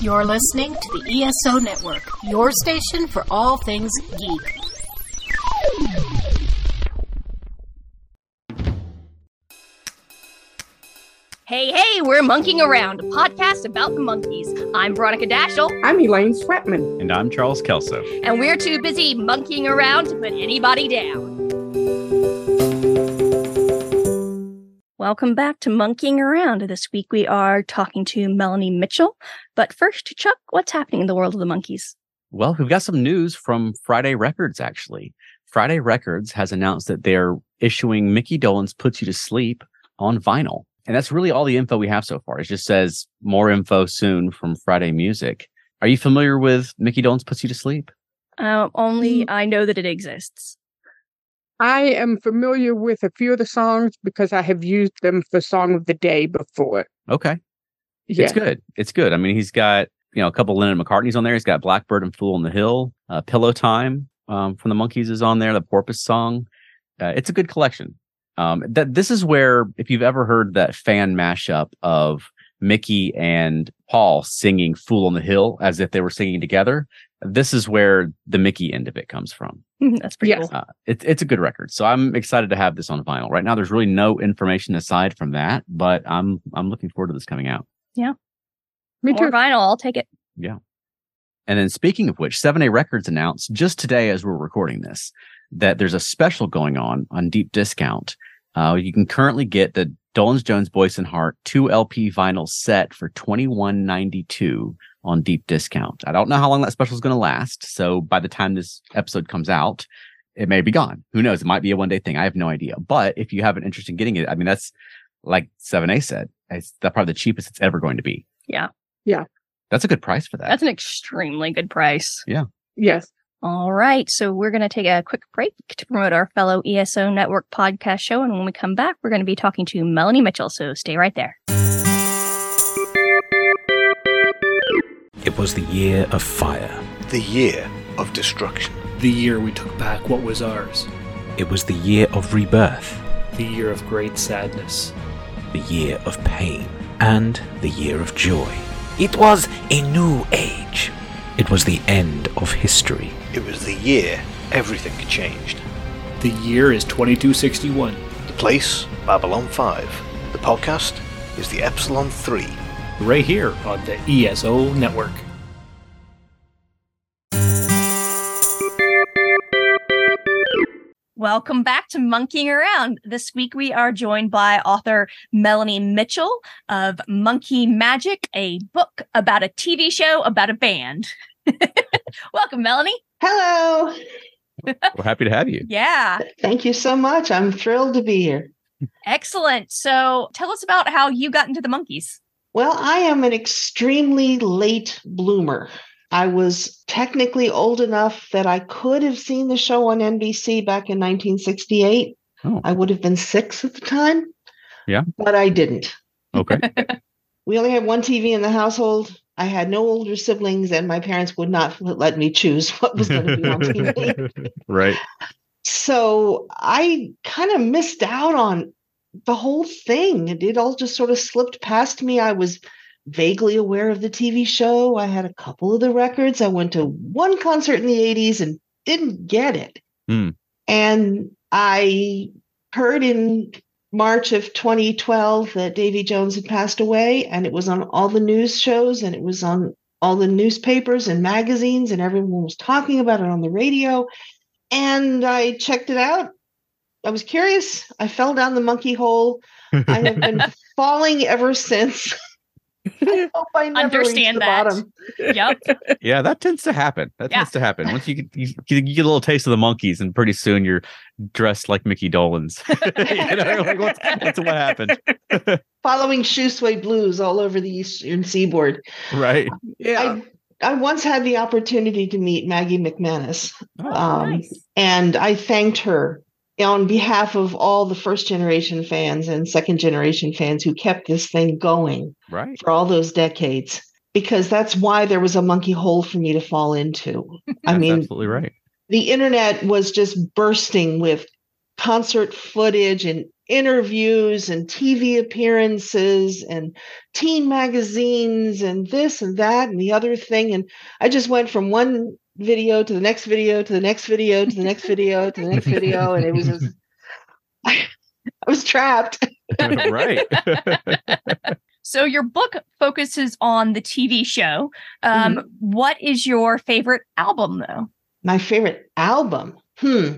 You're listening to the ESO Network, your station for all things geek. Hey, hey, we're Monkeying Around, a podcast about the monkeys. I'm Veronica Dashel, I'm Elaine Sweatman. And I'm Charles Kelso. and we're too busy monkeying around to put anybody down. Welcome back to Monkeying Around. This week we are talking to Melanie Mitchell. But first, Chuck, what's happening in the world of the monkeys? Well, we've got some news from Friday Records, actually. Friday Records has announced that they're issuing Mickey Dolan's Puts You to Sleep on vinyl. And that's really all the info we have so far. It just says more info soon from Friday Music. Are you familiar with Mickey Dolan's Puts You to Sleep? Uh, Mm. only I know that it exists. I am familiar with a few of the songs because I have used them for Song of the Day before. Okay. Yeah. It's good. It's good. I mean, he's got, you know, a couple Lennon McCartney's on there. He's got Blackbird and Fool on the Hill. Uh, Pillow Time um, from the Monkees is on there. The Porpoise song. Uh, it's a good collection. Um, that this is where, if you've ever heard that fan mashup of Mickey and Paul singing Fool on the Hill as if they were singing together, this is where the Mickey end of it comes from. That's pretty Yes. cool. Uh, it, it's a good record. So I'm excited to have this on vinyl. Right now, there's really no information aside from that, but I'm I'm looking forward to this coming out. Me More too. vinyl, I'll take it. And then speaking of which, 7A Records announced just today as we're recording this that there's a special going on on deep discount. Uh, you can currently get the Dolan's Jones Boyce and Hart 2 LP vinyl set for 21.92 on deep discount. I don't know how long that special is going to last, so by the time this episode comes out, it may be gone. Who knows? It might be a one day thing. I have no idea. But if you have an interest in getting it, I mean that's like 7A said, it's that's probably the cheapest it's ever going to be. Yeah. Yeah. That's a good price for that. That's an extremely good price. Yes. All right. So we're going to take a quick break to promote our fellow ESO Network podcast show. And when we come back, we're going to be talking to Melanie Mitchell. So stay right there. It was the year of fire. the year of destruction. The year we took back what was ours. It was the year of rebirth, The year of great sadness. the year of pain, and the year of joy. It was a new age. It was the end of history. It was the year everything changed. The year is 2261. The place, Babylon 5. The podcast is the Epsilon 3. Right here on the ESO Network. Welcome back to Monkeying Around. This week we are joined by author Melanie Mitchell of Monkey Magic, a book about a TV show about a band. Welcome, Melanie. Hello. We're happy to have you. Yeah. Thank you so much. I'm thrilled to be here. Excellent. So tell us about how you got into the monkeys. Well, I am an extremely late bloomer. I was technically old enough that I could have seen the show on NBC back in 1968. Oh. I would have been six at the time. Yeah. But I didn't. Okay. We only had one TV in the household. I had no older siblings, and my parents would not let me choose what was going to be on TV. right. so I kind of missed out on the whole thing. It- It all just sort of slipped past me. I was vaguely aware of the TV show. I had a couple of the records. I went to one concert in the 80s and didn't get it. Hmm. And I heard in March of 2012 that Davy Jones had passed away, and it was on all the news shows and it was on all the newspapers and magazines, and everyone was talking about it on the radio. And I checked it out. I was curious. I fell down the monkey hole. I have been falling ever since. I hope I never Understand reach the that. bottom. Yep. Yeah, that tends to happen. That Yeah. tends to happen. Once you get, you, you get a little taste of the monkeys, and pretty soon you're dressed like Mickey Dolan's. you know, you're like, what's, what's what happened? Following Shoesway Blues all over the Eastern Seaboard. Right. Yeah. I, I once had the opportunity to meet Maggie McManus, Oh, um, nice. and I thanked her on behalf of all the first generation fans and second generation fans who kept this thing going Right. for all those decades, because that's why there was a monkey hole for me to fall into. I That's mean, absolutely right. the internet was just bursting with concert footage and interviews and TV appearances and teen magazines and this and that and the other thing. And I just went from one video to the next video to the next video to the next video to the next video. And it was just, I, I was trapped. right. So your book focuses on the TV show. Um, what is your favorite album, though? My favorite album. Hmm.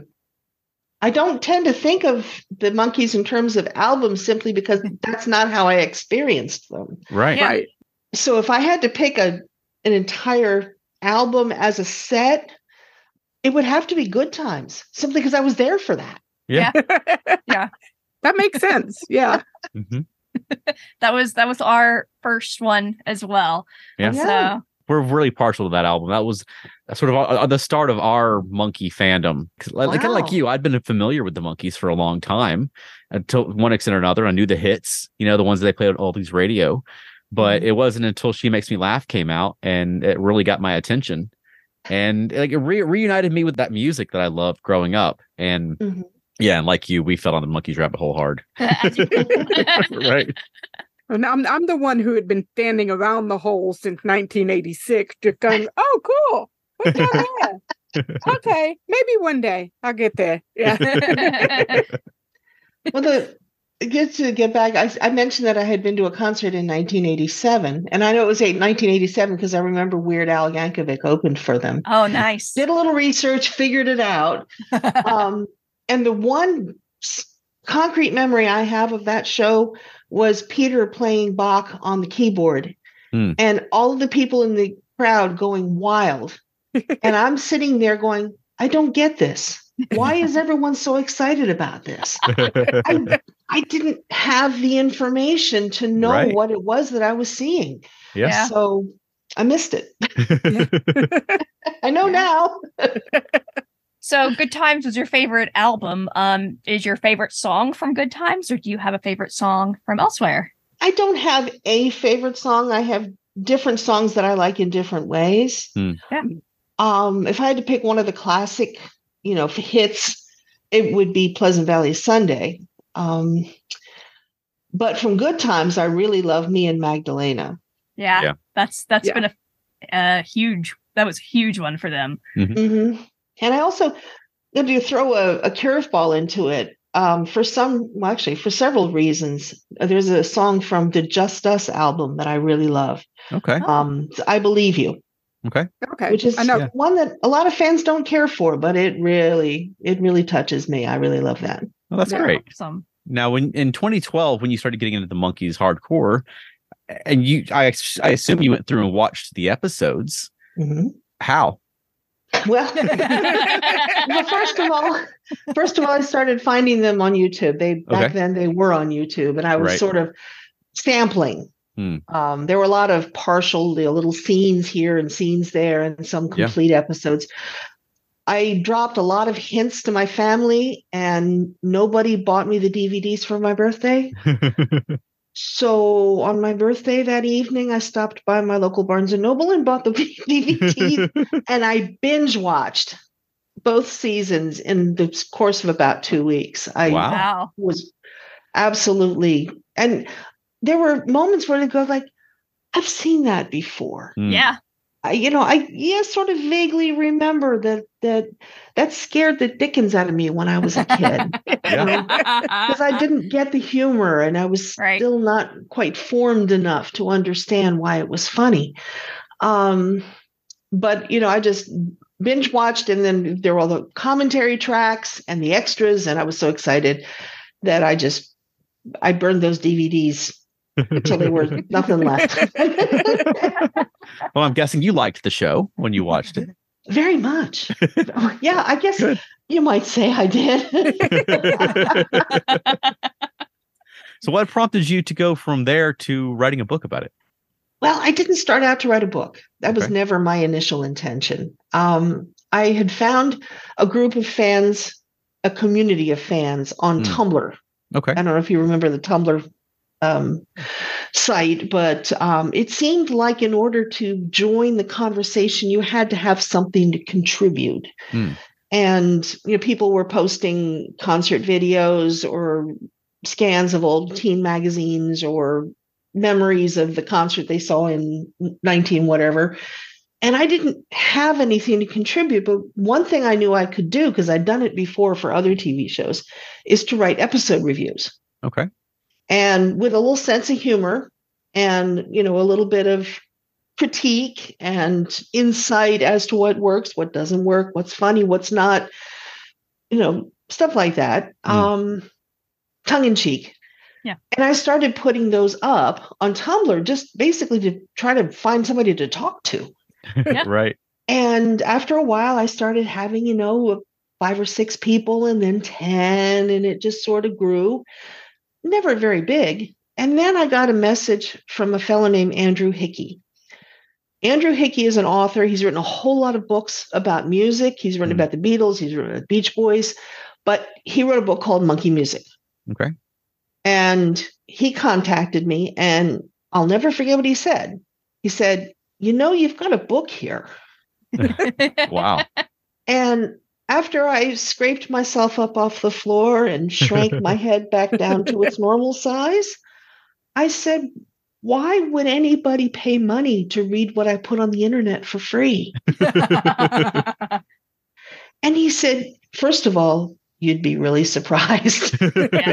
I don't tend to think of the monkeys in terms of albums simply because that's not how I experienced them. right. Yeah. Right. So if I had to pick a an entire album as a set, it would have to be Good Times, simply because I was there for that. Yeah. That makes sense. Yeah. Mhm. That was that was our first one as well. Yeah. So We're really partial to that album. That was sort of uh, the start of our monkey fandom. 'Cause Like, Kind of Wow. like you, I'd been familiar with the monkeys for a long time until one extent or another. I knew the hits, you know, the ones that they played on all these radio. But it wasn't until She Makes Me Laugh came out and it really got my attention. And like it re- reunited me with that music that I loved growing up. And Mhm. yeah, and like you, we fell on the monkeys rabbit hole hard. as you- right. And I'm I'm the one who had been standing around the hole since 1986, just going, "Oh, cool. What's that there? Okay, maybe one day I'll get there." Yeah. well, the good to get back. I, I mentioned that I had been to a concert in 1987, and I know it was eight- 1987 because I remember Weird Al Yankovic opened for them. oh, nice. Did a little research, figured it out. um, and the one s- concrete memory I have of that show was Peter playing Bach on the keyboard, Hmm. and all of the people in the crowd going wild. and I'm sitting there going, I don't get this. Why is everyone so excited about this? I, I didn't have the information to know Right. what it was that I was seeing. Yeah. So I missed it. Yeah. I know Yeah. now. So Good Times was your favorite album. Um, is your favorite song from Good Times, or do you have a favorite song from elsewhere? I don't have a favorite song. I have different songs that I like in different ways. Hmm. Yeah. Um, if I had to pick one of the classic, you know, hits, it would be Pleasant Valley Sunday. Um, but from Good Times, I really love me and Magdalena. Yeah. Yeah. That's that's Yeah. been a, a huge that was a huge one for them. hmm And I also going to throw a, a curveball into it. Um, for some, well, actually, for several reasons, there's a song from the Just Us album that I really love. okay. Um, I believe you. Okay. which is I know. Yeah. one that a lot of fans don't care for, but it really it really touches me. I really love that. Well, that's Yeah. great. Awesome. Now, when in 2012, when you started getting into the monkeys hardcore, and you, I, I assume you went through and watched the episodes. Mm-hmm. Mhm. How? Well, well, first of all, first of all, I started finding them on YouTube. They back Okay. then they were on YouTube, and I was Right. sort of sampling. Hmm. Um, there were a lot of partial you know, little scenes here and scenes there, and some Yeah. complete episodes. I dropped a lot of hints to my family, and nobody bought me the DVDs for my birthday. So on my birthday that evening, I stopped by my local Barnes and Noble and bought the DVD, and I binge watched both seasons in the course of about two weeks. I Wow. Wow. was absolutely, and there were moments where I go like, "I've seen that before." Hmm. Yeah. I, you know, I yeah, sort of vaguely remember that that that scared the dickens out of me when I was a kid. Yeah. because I didn't get the humor and I was Right. still not quite formed enough to understand why it was funny. Um, but you know, I just binge watched and then there were all the commentary tracks and the extras, and I was so excited that I just I burned those DVDs until there were nothing left. Well, I'm guessing you liked the show when you watched it. Very much. Yeah, I guess Good. you might say I did. so, what prompted you to go from there to writing a book about it? Well, I didn't start out to write a book. That was Okay. never my initial intention. Um, I had found a group of fans, a community of fans on Mm. Tumblr. Okay. I don't know if you remember the Tumblr um, site, but um, it seemed like in order to join the conversation, you had to have something to contribute. Mm. and you know people were posting concert videos or scans of old teen magazines or memories of the concert they saw in 19 whatever and i didn't have anything to contribute but one thing i knew i could do because i'd done it before for other tv shows is to write episode reviews Okay. and with a little sense of humor and you know a little bit of critique and insight as to what works what doesn't work what's funny what's not you know stuff like that Mm. um tongue in cheek Yeah. and i started putting those up on tumblr just basically to try to find somebody to talk to Yeah. right. and after a while, I started having, you know, five or six people and then 10, and it just sort of grew, never very big. And then I got a message from a fellow named Andrew Hickey. Andrew Hickey is an author. He's written a whole lot of books about music. He's written Mhm. about the Beatles, he's written about the Beach Boys, but he wrote a book called Monkey Music. Okay. And he contacted me, and I'll never forget what he said. He said, You know, you've got a book here. Wow. And after I scraped myself up off the floor and shrank my head back down to its normal size, I said, Why would anybody pay money to read what I put on the internet for free? And he said, First of all, you'd be really surprised.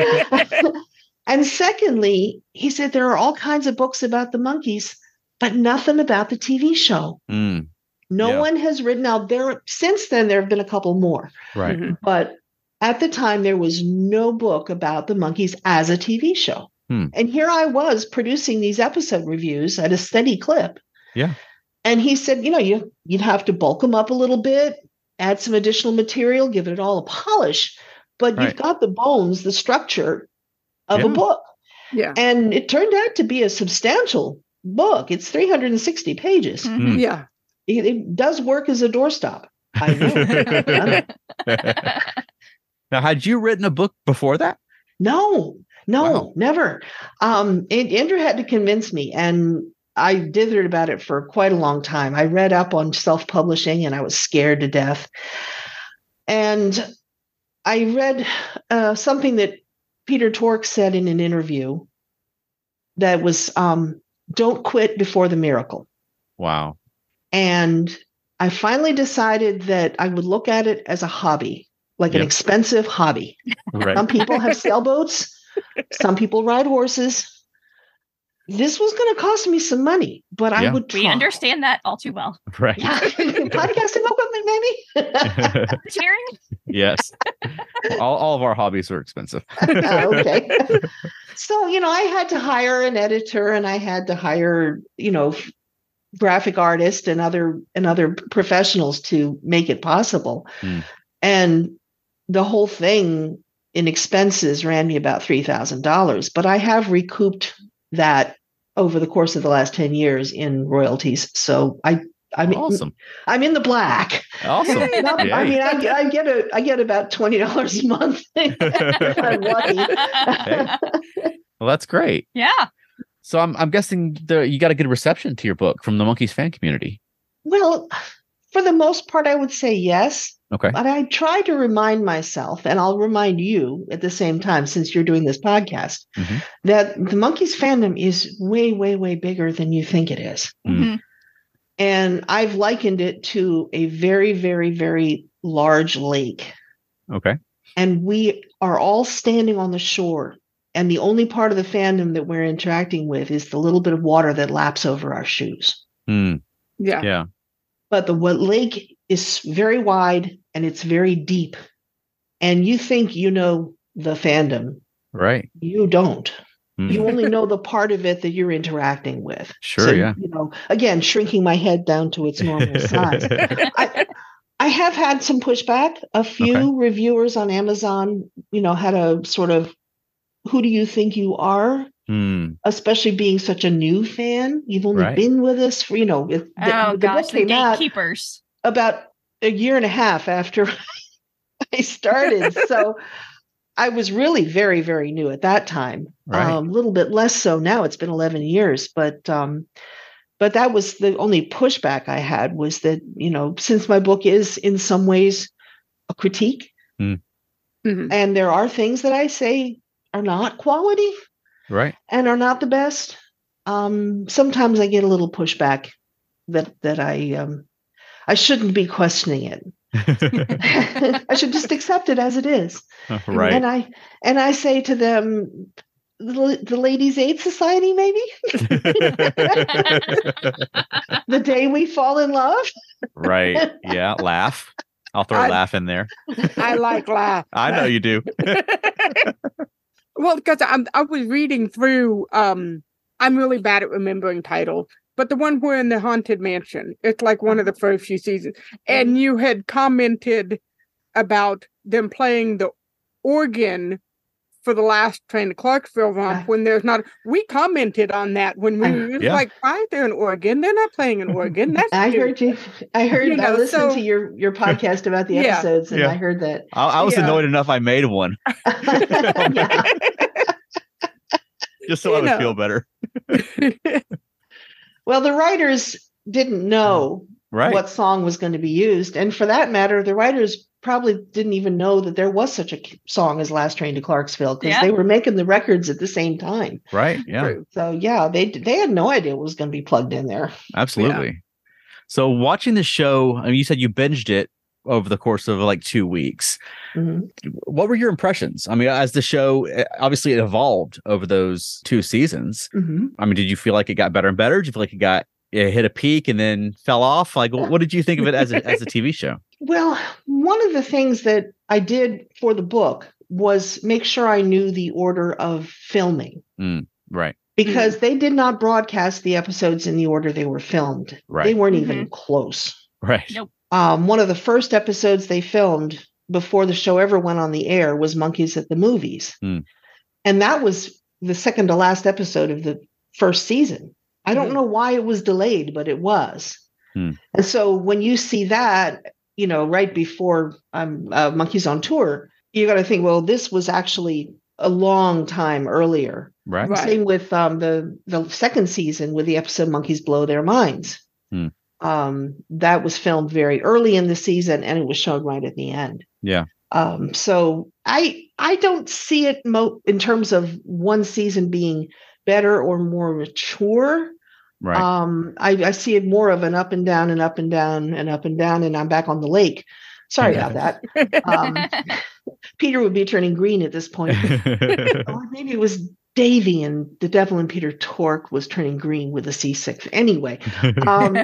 and secondly, he said, There are all kinds of books about the monkeys, but nothing about the TV show. Mm, No Yeah. one has written out there since then. There have been a couple more. right. Mhm. But at the time, there was no book about the monkeys as a TV show. Hmm. And here I was producing these episode reviews at a steady clip. Yeah. And he said, you know, you, you'd have to bulk them up a little bit, add some additional material, give it all a polish, but Right. you've got the bones, the structure of Yeah. a book. Yeah. And it turned out to be a substantial book. It's 360 pages. Mhm. Mm. Yeah. It, it does work as a doorstop. I know. Now, had you written a book before that? No, no, Wow. never. Um, and Andrew had to convince me, and I dithered about it for quite a long time. I read up on self publishing and I was scared to death. And I read uh, something that Peter Tork said in an interview that was um, don't quit before the miracle. Wow. And I finally decided that I would look at it as a hobby, like an Yep. expensive hobby. Right. Some people have sailboats. Some people ride horses. This was going to cost me some money, but I Yeah. would try. we understand that all too well. Right. Yeah. Podcasting equipment, maybe? Engineering? yes. All, all of our hobbies are expensive. Oh, okay. so, you know, I had to hire an editor and I had to hire, you know, graphic artists and other and other professionals to make it possible. Hmm. And the whole thing in expenses ran me about $3,000, but I have recouped that over the course of the last 10 years in royalties. So, I I mean, awesome. I'm in the black. Awesome. Not- I Yay. mean, I, I get a, I get about twenty dollars a month. if I'm lucky. Well, that's great. yeah. So I'm, I'm guessing the, you got a good reception to your book from the Monkeys fan community. Well, for the most part, I would say yes, Okay. but I try to remind myself, and I'll remind you at the same time, since you're doing this podcast, Mhm. that the monkeys fandom is way, way, way bigger than you think it is. Mm. And I've likened it to a very, very, very large lake. Okay. and we are all standing on the shore and the only part of the fandom that we're interacting with is the little bit of water that laps over our shoes Mm, Yeah. yeah. but the what lake is very wide and it's very deep and you think you know the fandom Right. you don't Mm, you only know the part of it that you're interacting with Sure. So, yeah. you know again shrinking my head down to its normal size I, I have had some pushback. A few Okay. reviewers on Amazon, you know, had a sort of who do you think you are? Mm, Especially being such a new fan. You've only Right. been with us for, you know, it- oh, the, the gosh. book The came out gatekeepers. about a year and a half after I started. so I was really very, very new at that time. Right. Um, a little bit less so now. It's been 11 years, but um, but that was the only pushback I had was that you know since my book is in some ways a critique. Mm. Mhm. And there are things that I say are not quality Right. and are not the best. Um, sometimes I get a little pushback that that I um, I shouldn't be questioning it. I should just accept it as it is. right. And I and I say to them, the, the Ladies' Aid Society, maybe the day we fall in love. right. Yeah. Laugh. I'll throw a I- laugh in there. I like laugh. I know you do. Well, because I'm I was reading through um I'm really bad at remembering titles, but the one where in the haunted mansion, it's like one Uh-huh. of the first few seasons. And you had commented about them playing the organ for the last train to Clarksville romp Right. when there's not we commented on that when we Uh-huh. I- were Yeah. like, why is there an organ? They're not playing an organ. That's I stupid." heard you. I heard. You know, I listened so- to your your podcast about the Yeah. episodes, and Yeah. I heard that. I, I was Yeah. annoyed enough I made one Oh, Yeah. just so I You would know. feel better. Well, the writers didn't know Right. what song was going to be used, and for that matter, the writers probably didn't even know that there was such a k- song as "Last Train to Clarksville" because Yeah. they were making the records at the same time. Right. Yeah. So yeah, they d- they had no idea what was going to be plugged in there. Absolutely. So watching the show, I mean, you said you binged it over the course of like two weeks. Mhm. What were your impressions? I mean, as the show eh, obviously it evolved over those two seasons. Mhm. I mean, did you feel like it got better and better? Did you feel like it got it hit a peak and then fell off? Like, wh- what did you think of it as a, as a TV show? Well, one of the things that I did for the book was make sure I knew the order of filming Right. because they did not broadcast the episodes in the order they were filmed. They Right. weren't even close. Right. Nope. Um, one of the first episodes they filmed before the show ever went on the air was Monkeys at the Movies. Hmm. And that was the second to last episode of the first season. I don't know why it was delayed, but it was. Hmm. And so when you see that, you know, right before um, uh, Monkeys on Tour, you got to think, well, this was actually a long time earlier. Right. Right. Same with um, the the second season with the episode "Monkeys Blow Their Minds." Hmm. Um, that was filmed very early in the season, and it was shown right at the end. Yeah. Um, so I I don't see it mo- in terms of one season being better or more mature. Right. Um, I, I see it more of an up and down and up and down and up and down, and I'm back on the lake. Sorry about that. Um, Peter would be turning green at this point. Or maybe it was Davy and the devil and Peter Tork was turning green with a C6. Anyway, um,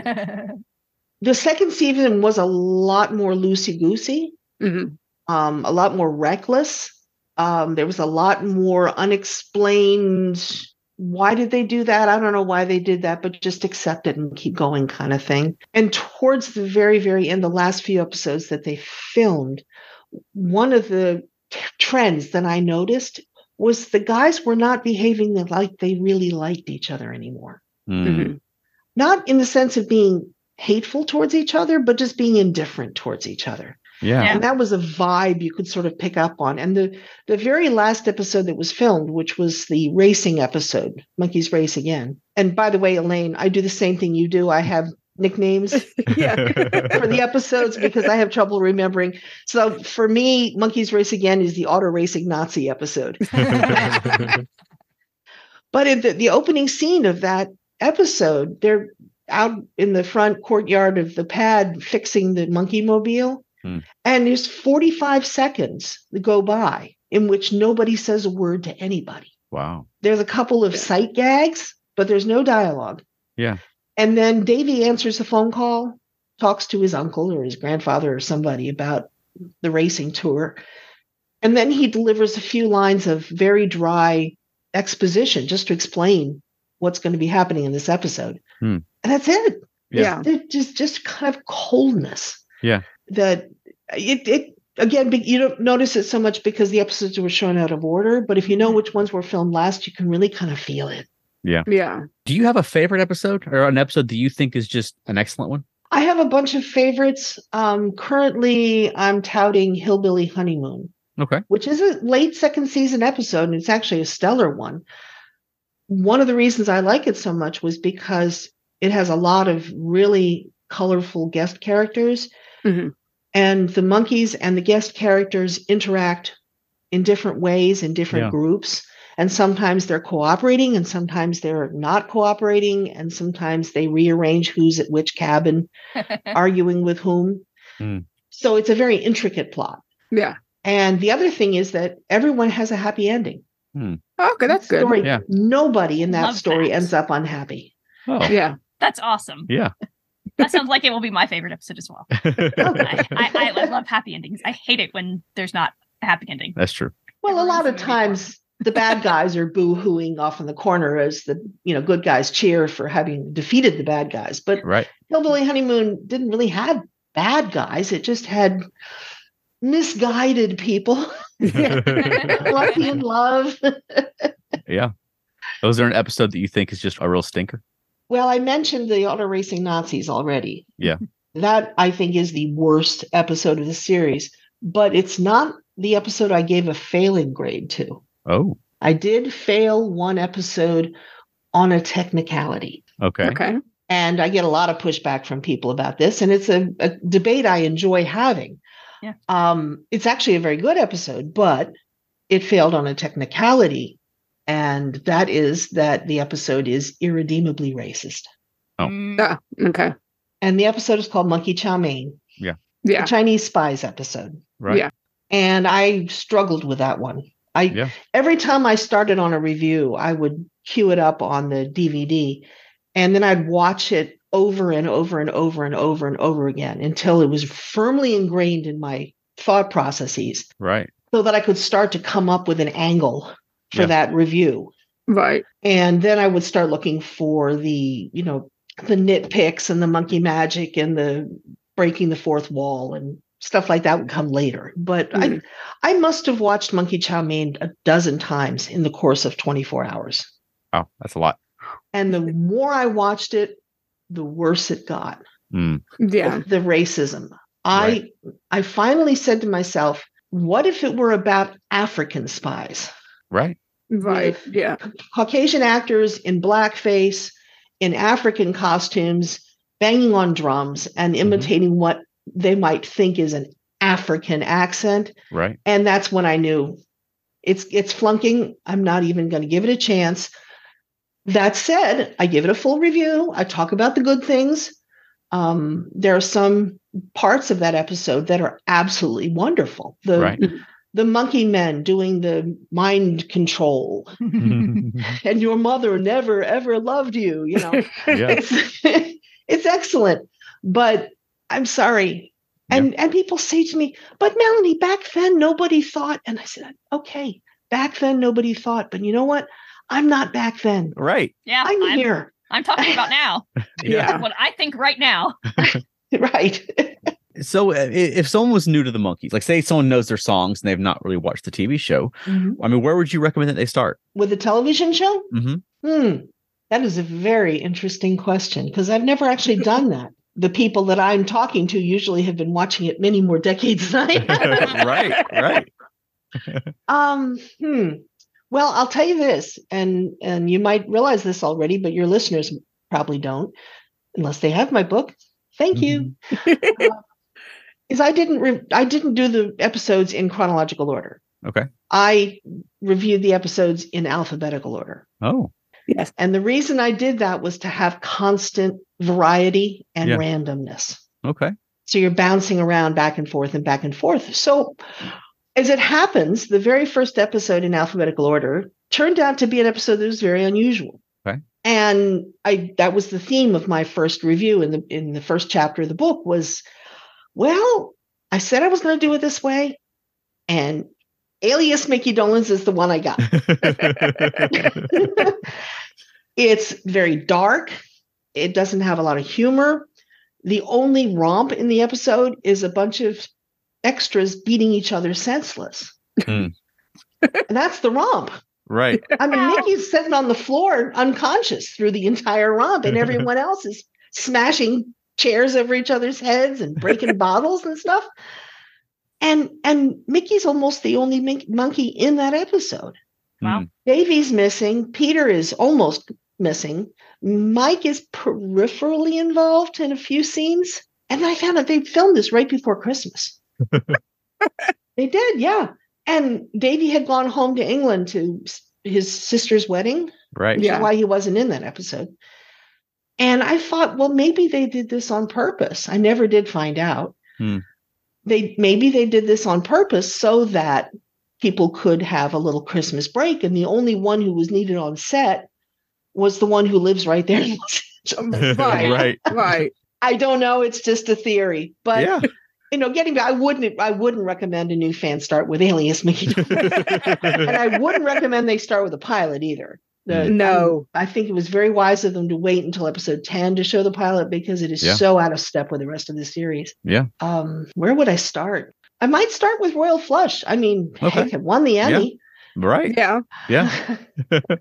the second season was a lot more loosey goosey, Mhm. um, a lot more reckless. Um, there was a lot more unexplained. Why did they do that? I don't know why they did that, but just accept it and keep going, kind of thing. And towards the very, very end, the last few episodes that they filmed, one of the t- trends that I noticed was the guys were not behaving like they really liked each other anymore Mm, not in the sense of being hateful towards each other, but just being indifferent towards each other. Yeah. And that was a vibe you could sort of pick up on. And the the very last episode that was filmed, which was the racing episode, Monkeys Race Again. And by the way, Elaine, I do the same thing you do. I have nicknames for the episodes because I have trouble remembering. So for me, Monkeys Race Again is the auto racing Nazi episode. But in the, the opening scene of that episode, they're out in the front courtyard of the pad fixing the monkey mobile. Hmm. And there's 45 seconds that go by in which nobody says a word to anybody. Wow. There's a couple of sight gags, but there's no dialogue. Yeah. And then Davey answers a phone call, talks to his uncle or his grandfather or somebody about the racing tour. And then he delivers a few lines of very dry exposition just to explain what's going to be happening in this episode. Hmm. And that's it. Yeah. yeah. There- Just just kind of coldness. Yeah. That it it again be- you don't notice it so much because the episodes were shown out of order, but if you know which ones were filmed last, you can really kind of feel it. Yeah. Do you have a favorite episode or an episode that you think is just an excellent one? I have a bunch of favorites. Um, currently, I'm touting Hillbilly Honeymoon, Okay. which is a late second season episode, and it's actually a stellar one. One of the reasons I like it so much was because it has a lot of really colorful guest characters. Mhm. and the monkeys and the guest characters interact in different ways in different Yeah. groups and sometimes they're cooperating and sometimes they're not cooperating and sometimes they rearrange who's at which cabin arguing with whom Hmm. so it's a very intricate plot Yeah. and the other thing is that everyone has a happy ending Okay, that's good. story Yeah. nobody in that Love story that. ends up unhappy Oh. Yeah. That's awesome. Yeah. That sounds like it will be my favorite episode as well. Oh, I, I, I love happy endings. I hate it when there's not a happy ending. That's true. Well, a Everyone's lot gonna of be times the bad guys are boo-hooing off in the corner as the you know good guys cheer for having defeated the bad guys. But Right. Hillbilly Honeymoon didn't really have bad guys; it just had misguided people, lucky in love. yeah. Was there an episode that you think is just a real stinker? well, I mentioned the auto racing Nazis already. Yeah. that I think is the worst episode of the series, but it's not the episode I gave a failing grade to. Oh, I did fail one episode on a technicality. okay. Okay. And I get a lot of pushback from people about this. And it's a, a debate I enjoy having. Yeah. Um, it's actually a very good episode, but it failed on a technicality. And that is that the episode is irredeemably racist. Oh. Mm, Yeah. Okay. And the episode is called Monkey Chow Mein, Yeah. the Chinese spies episode. Right. Yeah. and I struggled with that one. I Yeah. every time I started on a review, I would queue it up on the DVD and then I'd watch it over and over and over and over and over again until it was firmly ingrained in my thought processes Right. so that I could start to come up with an angle for Yeah. that review. Right. And then I would start looking for the, you know, the nitpicks and the monkey magic and the breaking the fourth wall and stuff like that would come later. But I Mhm. I must have watched Monkey Chow Mein a dozen times in the course of 24 hours. Oh, that's a lot. And the more I watched it, the worse it got. Hmm. Mm. Yeah. The racism. I I finally said to myself, what if it were about African spies? Right. Right. Yeah. Caucasian actors in blackface, in African costumes, banging on drums and imitating what they might think is an African accent. Right. and that's when i knew it's it's flunking i'm not even going to give it a chance that said i give it a full review i talk about the good things um, there are some parts of that episode that are absolutely wonderful the Right. the monkey men doing the mind control and your mother never ever loved you you know yeah. it's, it's excellent but i'm sorry and and people say to me but melanie back then nobody thought and i said okay back then nobody thought but you know what i'm not back then Right. yeah, i'm, I'm, here I'm talking about now. Yeah. What I think right now. right So, uh, i- if someone was new to the monkeys, like say someone knows their songs and they've not really watched the TV show, I mean, where would you recommend that they start? with the television show Mhm. hmm that is a very interesting question because i've never actually done that the people that i'm talking to usually have been watching it many more decades than i have right. Right. Um, hmm. Well, I'll tell you this, and and you might realize this already, but your listeners probably don't, unless they have my book. Thank you. Mm-hmm. Uh, Is I didn't re- I didn't do the episodes in chronological order. Okay. I reviewed the episodes in alphabetical order. Oh. Yes. And the reason I did that was to have constant variety and Yeah. randomness. Okay. So you're bouncing around back and forth and back and forth. So, as it happens, the very first episode in alphabetical order turned out to be an episode that was very unusual. Okay. And I that was the theme of my first review in the in the first chapter of the book was, well, I said I was going to do it this way, and Alias Mickey Dolans is the one I got. it's very dark. It doesn't have a lot of humor. The only romp in the episode is a bunch of extras beating each other senseless. Hmm. and that's the romp. right. I mean, Ow. Mickey's sitting on the floor unconscious through the entire romp, and everyone else is smashing chairs over each other's heads and breaking bottles and stuff. And and Mickey's almost the only min- monkey in that episode. Hmm. Wow. Davy's missing. Peter is almost missing. Mike is peripherally involved in a few scenes. And I found out they filmed this right before Christmas. they did, yeah. And Davey had gone home to England to s- his sister's wedding, Right. which Yeah. is why he wasn't in that episode. And I thought, well, maybe they did this on purpose. I never did find out. Hmm. They maybe they did this on purpose so that people could have a little Christmas break. And the only one who was needed on set was the one who lives right there in Los Angeles. Right. right. Right. I don't know. It's just a theory, but yeah. you know, getting back, I wouldn't, I wouldn't recommend a new fan start with Alias Mickey, and I wouldn't recommend they start with a pilot either. Mm-hmm. The- um, No. I think it was very wise of them to wait until episode ten to show the pilot because it is Yeah. so out of step with the rest of the series. Yeah. Um, where would I start? I might start with Royal Flush. I mean, Okay. heck, it won the Emmy. Right. Yeah. Yeah. and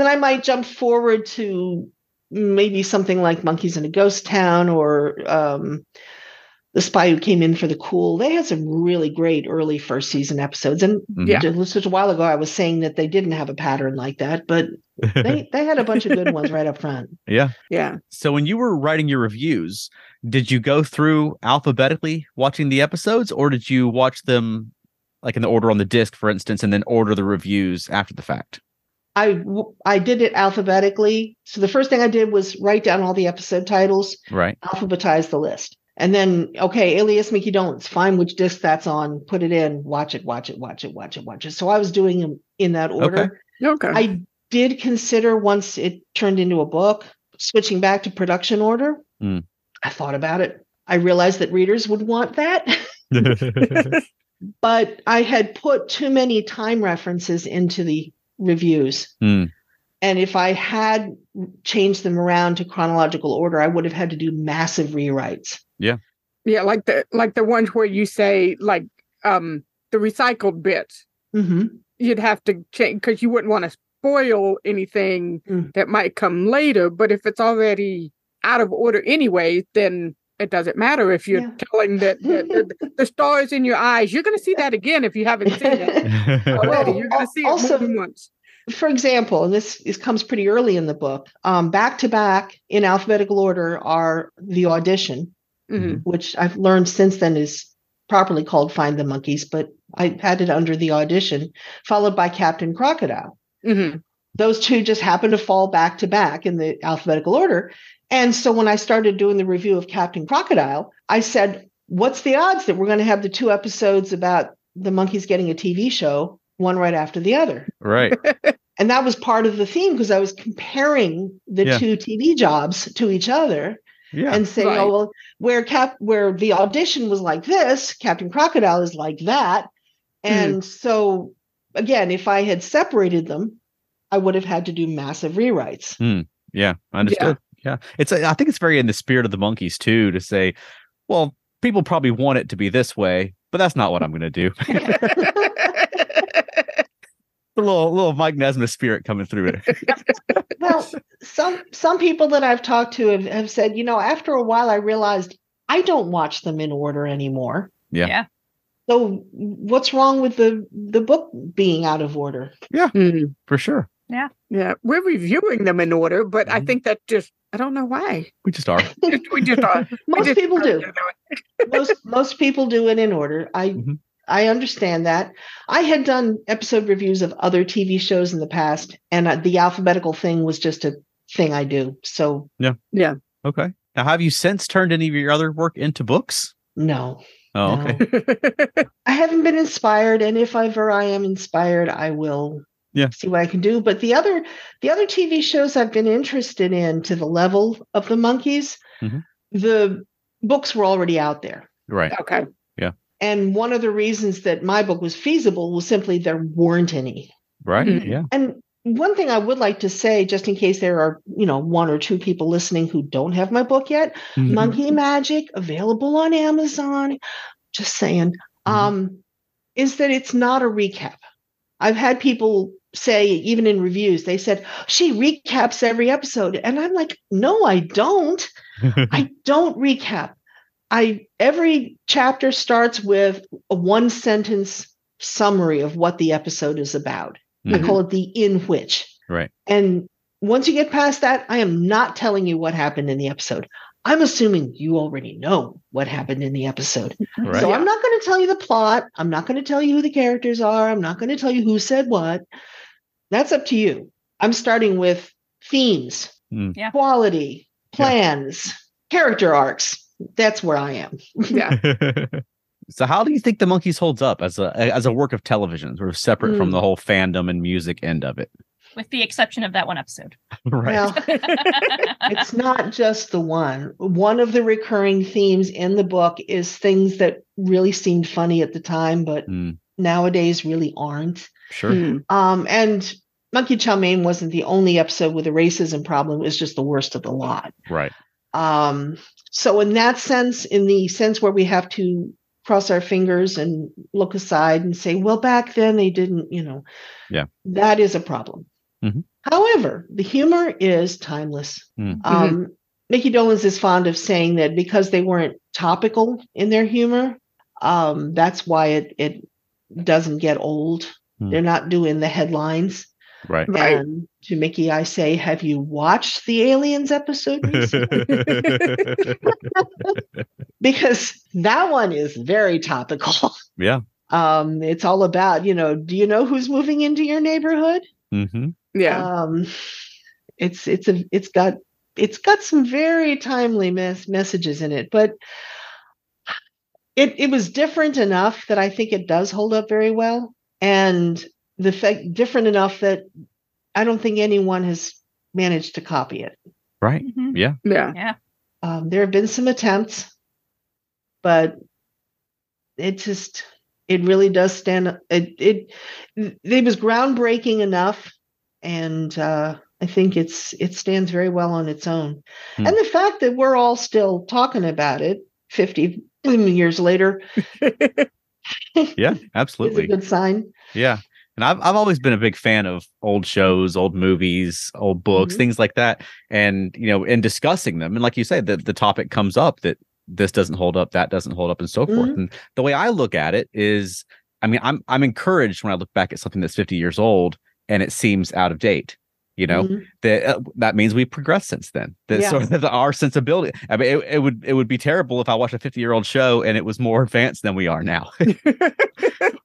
then I might jump forward to maybe something like Monkeys in a Ghost Town or um, The Spy Who Came In for the Cool. They had some really great early first season episodes. And Mhm. Yeah. just just a while ago, I was saying that they didn't have a pattern like that, but Mm-hmm. they, they had a bunch of good ones right up front. Yeah. So when you were writing your reviews, did you go through alphabetically watching the episodes or did you watch them like in the order on the disc, for instance, and then order the reviews after the fact? I w- I did it alphabetically. So the first thing I did was write down all the episode titles, Right. alphabetize the list. And then, okay, Alias Mickey Don'ts, find which disc that's on, put it in, watch it, watch it, watch it, watch it, watch it. So I was doing them in that order. Okay. Okay. I did consider once it turned into a book, switching back to production order. Mm. I thought about it. I realized that readers would want that, but I had put too many time references into the reviews. Mm. And if I had changed them around to chronological order, I would have had to do massive rewrites. yeah. Like the like the ones where you say like um the recycled bits. Mm-hmm. You'd have to change because you wouldn't want to spoil anything Mm. that might come later. But if it's already out of order anyway, then it doesn't matter if you're Yeah. telling that, that- that the stars in your eyes. You're going to see that again if you haven't seen it. already. Well, You're going al- to see also- it more than once. for example, and this is, comes pretty early in the book, um, back to back in alphabetical order are the audition, Mhm. which I've learned since then is properly called Find the Monkeys, but I had it under the audition, followed by Captain Crocodile. Mhm. Those two just happened to fall back to back in the alphabetical order. And so when I started doing the review of Captain Crocodile, I said, What's the odds that we're going to have the two episodes about the monkeys getting a TV show, one right after the other? right. and that was part of the theme because I was comparing the Yeah. two TV jobs to each other Yeah. and saying, Right. "Oh well, where Cap, where the audition was like this, Captain Crocodile is like that," Hmm. and so again, if I had separated them, I would have had to do massive rewrites. Yeah. Understood. Yeah. It's I think it's very in the spirit of the monkeys too to say, well, people probably want it to be this way, but that's not what I'm gonna do. A little little Mike Nesmith spirit coming through it. Well, some some people that I've talked to have, have said, you know, after a while, I realized I don't watch them in order anymore. Yeah. Yeah. So what's wrong with the the book being out of order? Hmm. Mhm. For sure. Yeah, we're reviewing them in order, but I Mhm. think that just I don't know why. We just are. We just are. we Most just people are do. that way. most most people do it in order. I Mhm. I understand that. I had done episode reviews of other TV shows in the past, and uh, the alphabetical thing was just a thing I do. So Okay. Now, have you since turned any of your other work into books? no, Oh, No. okay. I haven't been inspired, and if ever I am inspired, I will Yeah. see what I can do. But the other the other TV shows I've been interested in to the level of the monkeys, Mhm. the books were already out there. Right. Okay. And one of the reasons that my book was feasible was simply there weren't any. Right. Mhm. Yeah. And one thing I would like to say, just in case there are, you know, one or two people listening who don't have my book yet, Mm-hmm. Mhm. Monkey Magic available on Amazon. Just saying, Mhm. um, is that it's not a recap. I've had people say, even in reviews, they said she recaps every episode, and I'm like, no, I don't. I don't recap. I every chapter starts with a one sentence summary of what the episode is about. I Mhm. call it the in which. Right. And Once you get past that, I am not telling you what happened in the episode. I'm assuming you already know what happened in the episode. Right. So I'm not going to tell you the plot. I'm not going to tell you who the characters are. I'm not going to tell you who said what. That's up to you. I'm starting with themes, Mm. Yeah. quality, plans, character arcs. That's where I am. Yeah. So, how do you think the monkeys holds up as a as a work of television, sort of separate from Hmm. the whole fandom and music end of it? with the exception of that one episode. right. Well, it's not just the one. One of the recurring themes in the book is things that really seemed funny at the time, but Mm, nowadays really aren't. sure. Hmm. Um, and Monkey Chow Mein wasn't the only episode with a racism problem, it was just the worst of the lot. Right. Um, so, in that sense, in the sense where we have to cross our fingers and look aside and say, well, back then they didn't, you know, Yeah. that is a problem. Mhm. However, the humor is timeless. Mm. Um, Mickey Dolenz is fond of saying that because they weren't topical in their humor, um, that's why it, it doesn't get old. Mm. They're not doing the headlines. Right. Right. And to Mickey, I say, have you watched the Aliens episode? recently?" Mm-hmm. because that one is very topical. Yeah. Um, it's all about, you know, do you know who's moving into your neighborhood? hmm Yeah. Um, it's it's a it's got it's got some very timely mes- messages in it, but it it was different enough that I think it does hold up very well, and the fact different enough that I don't think anyone has managed to copy it. Right. Mm-hmm. yeah. Um, there have been some attempts, but it just it really does stand it it it was groundbreaking enough and uh I think it's it stands very well on its own. Hmm. And the fact that we're all still talking about it 50 years later Yeah. is a Absolutely. good sign. Yeah. And I've I've always been a big fan of old shows, old movies, old books, Mhm. things like that. And you know, in discussing them, and like you say, the, the topic comes up that this doesn't hold up, that doesn't hold up, and so forth. Mhm. And the way I look at it is, I mean, I'm I'm encouraged when I look back at something that's 50 years old and it seems out of date. You know, Mhm. that uh, that means we progressed since then. That Yeah. sort of our sensibility. I mean, it, it would it would be terrible if I watched a 50 year old show and it was more advanced than we are now.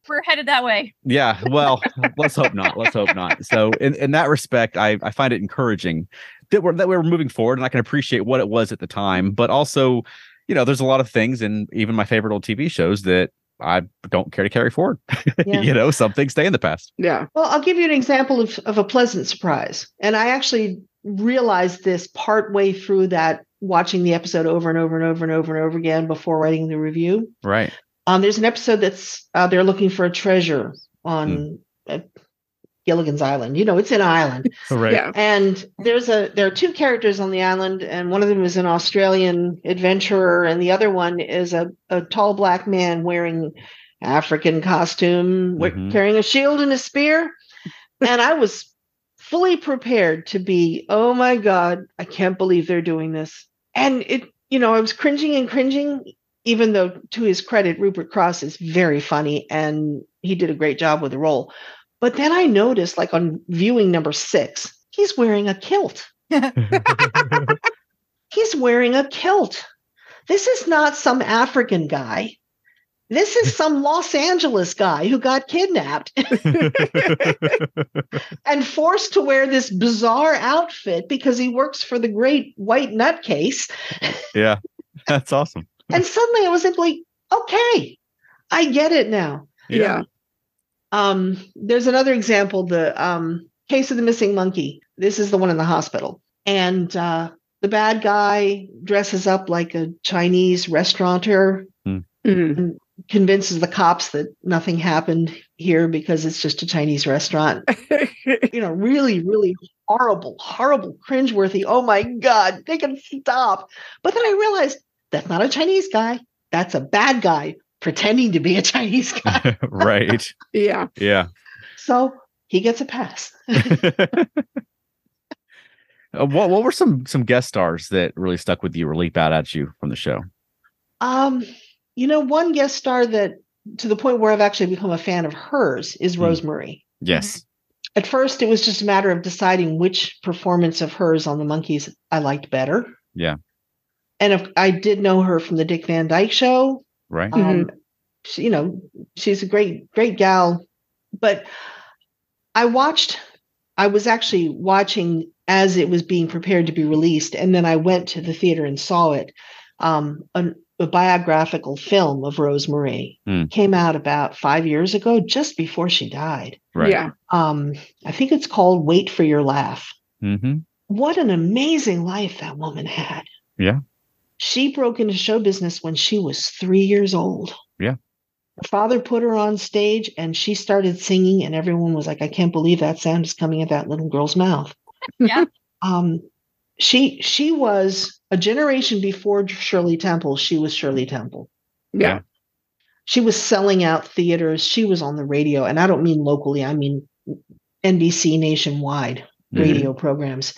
We're headed that way. Yeah, well, let's hope not. Let's hope not. So, in, in that respect, I, I find it encouraging that we're that we're moving forward, and I can appreciate what it was at the time. But also, you know, there's a lot of things, in even my favorite old TV shows that I don't care to carry forward. Yeah. you know, some things stay in the past. Yeah. Well, I'll give you an example of, of a pleasant surprise. And I actually realized this partway through that watching the episode over and over and over and over and over again before writing the review. Right. Um, there's an episode that's uh, they're looking for a treasure on uh, Gilligan's Island. You know, it's an island. Right. Yeah. And there's a there are two characters on the island, and one of them is an Australian adventurer, and the other one is a, a tall black man wearing African costume, wi- Mhm. carrying a shield and a spear. and I was fully prepared to be, oh my God, I can't believe they're doing this. And it, you know, I was cringing and cringing, even though to his credit, Rupert Cross is very funny and he did a great job with the role. But then I noticed, like on viewing number six, he's wearing a kilt. He's wearing a kilt. This is not some African guy. This is some Los Angeles guy who got kidnapped and forced to wear this bizarre outfit because he works for the great white nutcase. yeah, that's awesome. And suddenly I was like, okay, I get it now. Yeah. Um, there's another example, the um, case of the missing monkey. This is the one in the hospital. And uh, the bad guy dresses up like a Chinese restaurateur, Mhm. convinces the cops that nothing happened here because it's just a Chinese restaurant. you know, really, really horrible, horrible, cringeworthy. Oh my God, they can stop. But then I realized that's not a Chinese guy. That's a bad guy pretending to be a Chinese guy. right. Yeah. Yeah. So he gets a pass. Uh, what what were some some guest stars that really stuck with you or leap out at you from the Mm-hmm. show? Um, you know, one guest star that to the point where I've actually become a fan of hers is Hmm. Rosemary. Yes. At first, it was just a matter of deciding which performance of hers on the monkeys I liked better. Yeah. And if, I did know her from the Dick Van Dyke show. right? Um, she, you know, she's a great, great gal. But I watched, I was actually watching as it was being prepared to be released. And then I went to the theater and saw it. Um, an, a biographical film of Rose Marie Hmm. came out about five years ago, just before she died. Right. Yeah. Um, I think it's called Wait for Your Laugh Mm-hmm. what an amazing life that woman had. Yeah. She broke into show business when she was three years old. Yeah. Her father put her on stage and she started singing, and everyone was like, I can't believe that sound is coming out of that little girl's mouth. Yeah. um, she she was a generation before Shirley Temple, she was Shirley Temple. Yeah. She was selling out theaters, she was on the radio, and I don't mean locally, I mean NBC nationwide radio programs.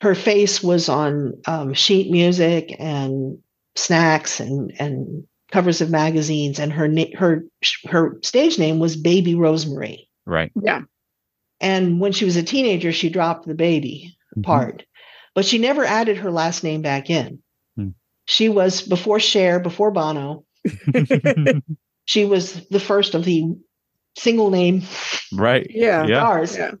Her face was on um, sheet music and snacks and and covers of magazines, and her na- her her stage name was Baby Rosemary. Right. And when she was a teenager, she dropped the baby Mhm. part, but she never added her last name back in. Hmm. She was before Cher, before Bono. She was the first of the single name right. Yeah. Yeah. stars. yeah.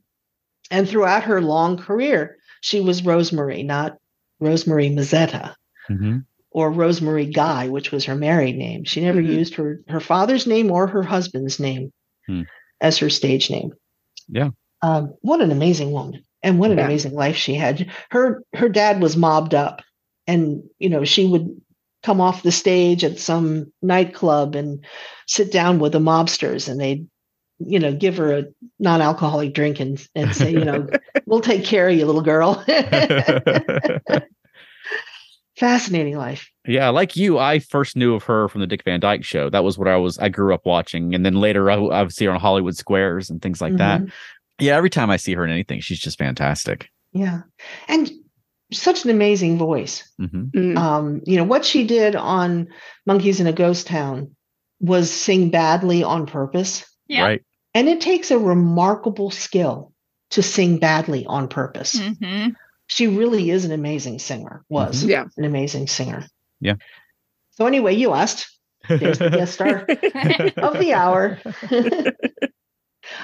And throughout her long career, she was Rosemary, not Rosemary Mazetta hmm or Rosemary Guy, which was her married name. She never Mm-hmm. Mhm. used her, her father's name or her husband's name Hmm. as her stage name. Yeah. Um, what an amazing woman and what an Yeah. amazing life she had. Her her dad was mobbed up and you know, she would come off the stage at some nightclub and sit down with the mobsters and they'd you know give her a non-alcoholic drink and, and say you know we'll take care of you little girl fascinating life yeah. Like you, I first knew of her from the Dick Van Dyke show. That was what I was, I grew up watching. And then later I, I would see her on Hollywood Squares and things like Mm-hmm. that. Yeah. Every time I see her in anything, she's just fantastic. Yeah. And such an amazing voice. hmm Mm. Um, you know, what she did on Monkeys in a Ghost Town was sing badly on purpose. Yeah. Right. And it takes a remarkable skill to sing badly on purpose. Mm. Mm-hmm. She really is an amazing singer, was Mhm. Yeah. an amazing singer. Yeah. So, anyway, you asked. There's the guest star of the hour.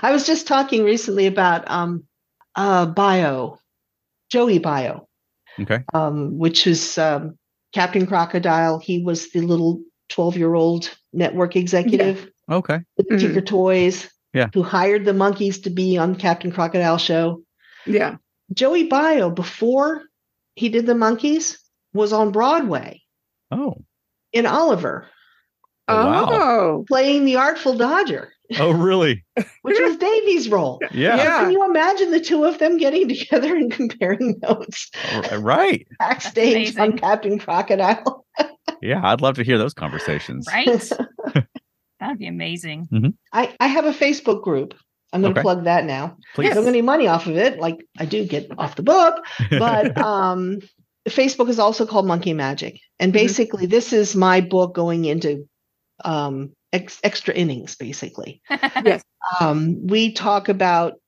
I was just talking recently about um, uh, Bio, Joey Bio, Okay. um, which is um, Captain Crocodile. He was the little 12 year old network executive Okay. with Mhm. Tinker Toys Mm-hmm. Yeah. who hired the monkeys to be on Captain Crocodile show. yeah. Joey Bio, before he did the monkeys, was on Broadway Oh. in Oliver Oh, wow. Oh. playing the Artful Dodger, Oh, really? which was Davy's role. Yeah. Can you imagine the two of them getting together and comparing notes R- Right. backstage on amazing. Captain Crocodile? Yeah. I'd love to hear those conversations. Right. That'd be amazing. I, I have a Facebook group. I'm going to Okay. plug that now. Please. I don't get any money off of it. Like I do get off the book, but um, Facebook is also called Monkey Magic. And Mhm. basically, this is my book going into um, ex- extra innings, basically. um, we talk about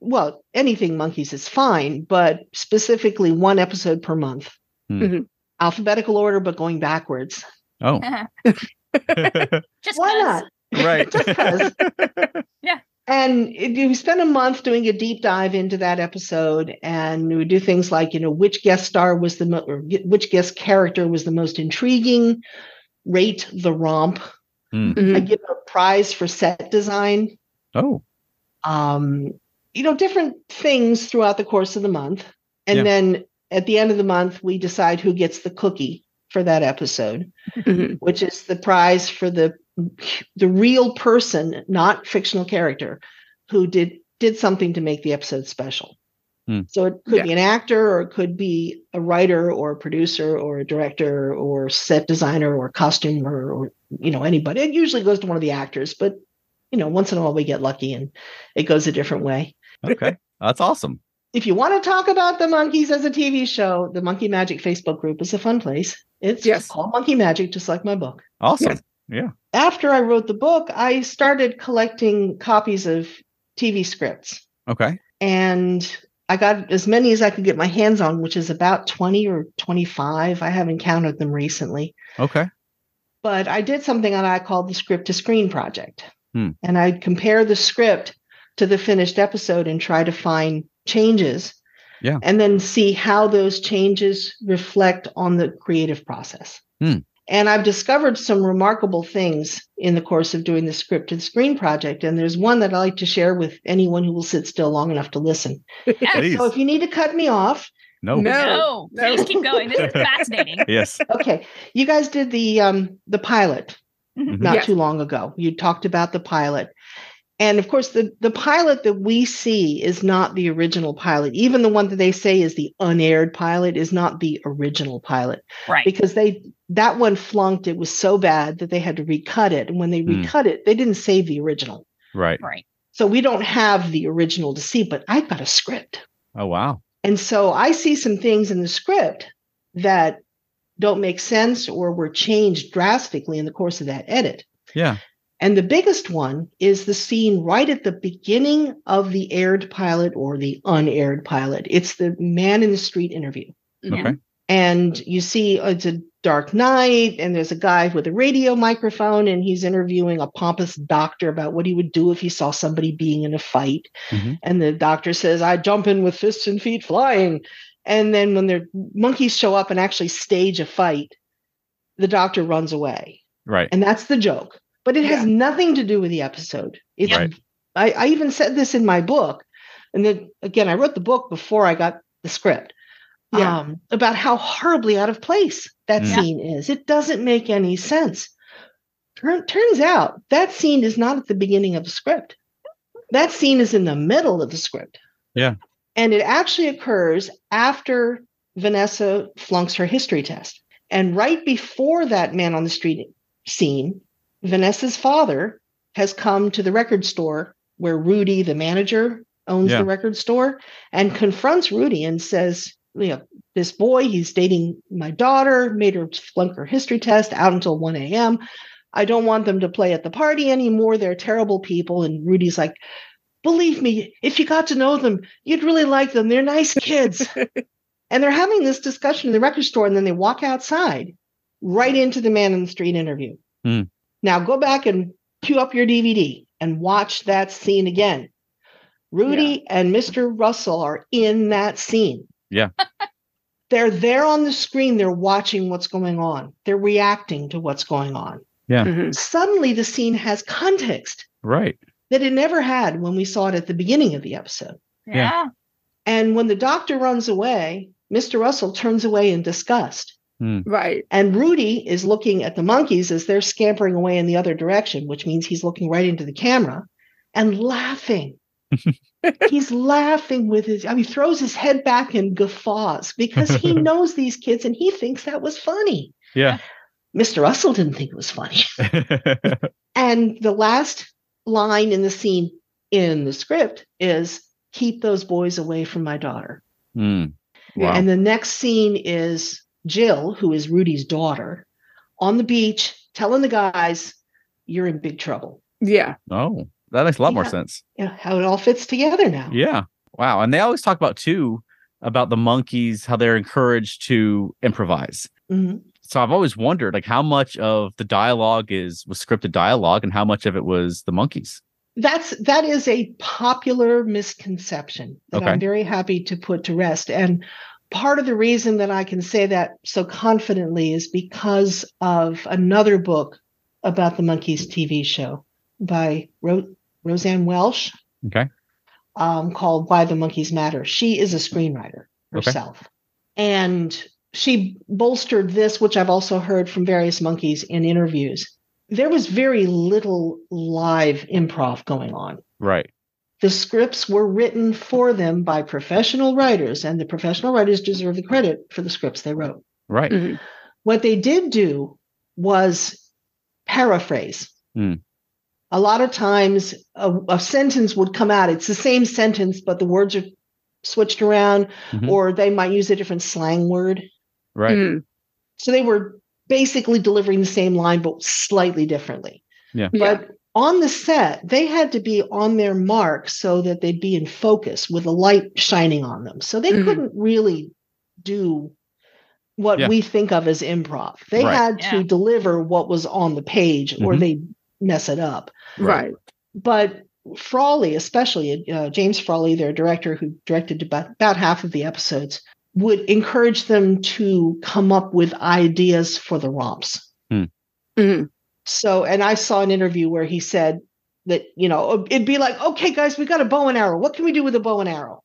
well anything monkeys is fine but specifically one episode per month Hmm. Mhm. alphabetical order but going backwards oh. Just why 'cause. not right. Just 'cause. Yeah. and it- you spend a month doing a deep dive into that episode and we do things like you know which guest star was the mo- or which guest character was the most intriguing rate the romp i Mhm. give a prize for set design Oh. um, you know, different things throughout the course of the month. And Yeah. then at the end of the month, we decide who gets the cookie for that episode, Mhm. which is the prize for the the real person, not fictional character, who did did something to make the episode special. Hmm. So it could Yeah. be an actor, or it could be a writer, or a producer, or a director, or set designer, or costumer, or you know anybody. It usually goes to one of the actors, but you know once in a while we get lucky and it goes a different way. Okay. That's awesome. If you want to talk about the monkeys as a TV show, the Monkey Magic Facebook group is a fun place. It's Yes. called Monkey Magic, just like my book. Awesome. Yes. After I wrote the book, I started collecting copies of TV scripts. Okay. and I got as many as I could get my hands on, which is about 20 or 25. I haven't counted them recently. Okay. But I did something that I called the script to screen project. Hmm. And I'd compare the script to the finished episode and try to find changes. Yeah. And then see how those changes reflect on the creative process. Hmm. And I've discovered some remarkable things in the course of doing the script and screen project. And there's one that I like to share with anyone who will sit still long enough to listen. Please. So if you need to cut me off, No. No. No, no. Oh, please keep going. This is fascinating. Yes. okay. You guys did the um the pilot Mhm. not Yes. too long ago. You talked about the pilot. And of course the the pilot that we see is not the original pilot. Even the one that they say is the unaired pilot is not the original pilot Right. because they that one flunked it was so bad that they had to recut it and when they Mm. recut it they didn't save the original. Right. Right. So we don't have the original to see, but I've got a script. Oh wow. And so I see some things in the script that don't make sense or were changed drastically in the course of that edit. Yeah. And the biggest one is the scene right at the beginning of the aired pilot or the unaired pilot. It's the man in the street interview. Yeah. Okay. And you see uh, it's a dark night, and there's a guy with a radio microphone, and he's interviewing a pompous doctor about what he would do if he saw somebody being in a fight. Mhm. And the doctor says, I jump in with fists and feet flying. And then when their monkeys show up and actually stage a fight, the doctor runs away. Right. And that's the joke. But it has nothing to do with the episode. It's, Right. I, I even said this in my book. And then again, I wrote the book before I got the script Yeah. um, about how horribly out of place that Mm. scene is. It doesn't make any sense. Turn, turns out that scene is not at the beginning of the script. That scene is in the middle of the script. Yeah. And it actually occurs after Vanessa flunks her history test. And right before that man on the street scene, Vanessa's father has come to the record store where Rudy, the manager, owns Yeah. the record store and confronts Rudy and says, you know, this boy, he's dating my daughter, made her flunk her history test out until 1 a.m. I don't want them to play at the party anymore. They're terrible people. And Rudy's like, believe me, if you got to know them, you'd really like them. They're nice kids. and they're having this discussion in the record store, and then they walk outside right into the man in the street interview. Hmm. Now go back and queue up your DVD and watch that scene again. Rudy and Mr. Russell are in that scene. Yeah. they're there on the screen. They're watching what's going on, they're reacting to what's going on. Mhm. Suddenly, the scene has context Right. that it never had when we saw it at the beginning of the episode. Yeah. And when the doctor runs away, Mr. Russell turns away in disgust. Right. And Rudy is looking at the monkeys as they're scampering away in the other direction, which means he's looking right into the camera and laughing. he's laughing with his, I mean, throws his head back and guffaws because he knows these kids and he thinks that was funny. Yeah. Mr. Russell didn't think it was funny. And the last line in the scene in the script is keep those boys away from my daughter. Mm. Wow. And the next scene is Jill, who is Rudy's daughter, on the beach telling the guys, You're in big trouble. Yeah. oh, that makes a lot more Yeah. sense. You know, how it all fits together now. Yeah. Wow. And they always talk about too about the monkeys how they're encouraged to improvise. Mhm. so I've always wondered like how much of the dialogue is was scripted dialogue and how much of it was the monkeys. That's that is a popular misconception that Okay. I'm very happy to put to rest. And part of the reason that I can say that so confidently is because of another book about the monkeys TV show by Ro- Roseanne Welsh. Okay. um, called Why the Monkeys Matter. She is a screenwriter Okay. herself. And she bolstered this, which I've also heard from various monkeys in interviews. There was very little live improv going on. Right. The scripts were written for them by professional writers, and the professional writers deserve the credit for the scripts they wrote. Right. Mm. What they did do was paraphrase. Hmm. A lot of times a, a sentence would come out. It's the same sentence, but the words are switched around, Mhm. or they might use a different slang word. Right. Mm. So they were basically delivering the same line, but slightly differently. Yeah. But on the set, they had to be on their mark so that they'd be in focus with a light shining on them. So they Mhm. couldn't really do what Yeah. we think of as improv. They Right. had Yeah. to deliver what was on the page or Mhm. they mess it up. Right. But Frawley, especially uh, James Frawley, their director who directed about, about half of the episodes, would encourage them to come up with ideas for the romps. Mhm. So, and I saw an interview where he said that, you know, it'd be like, okay, guys, we got a bow and arrow. What can we do with a bow and arrow?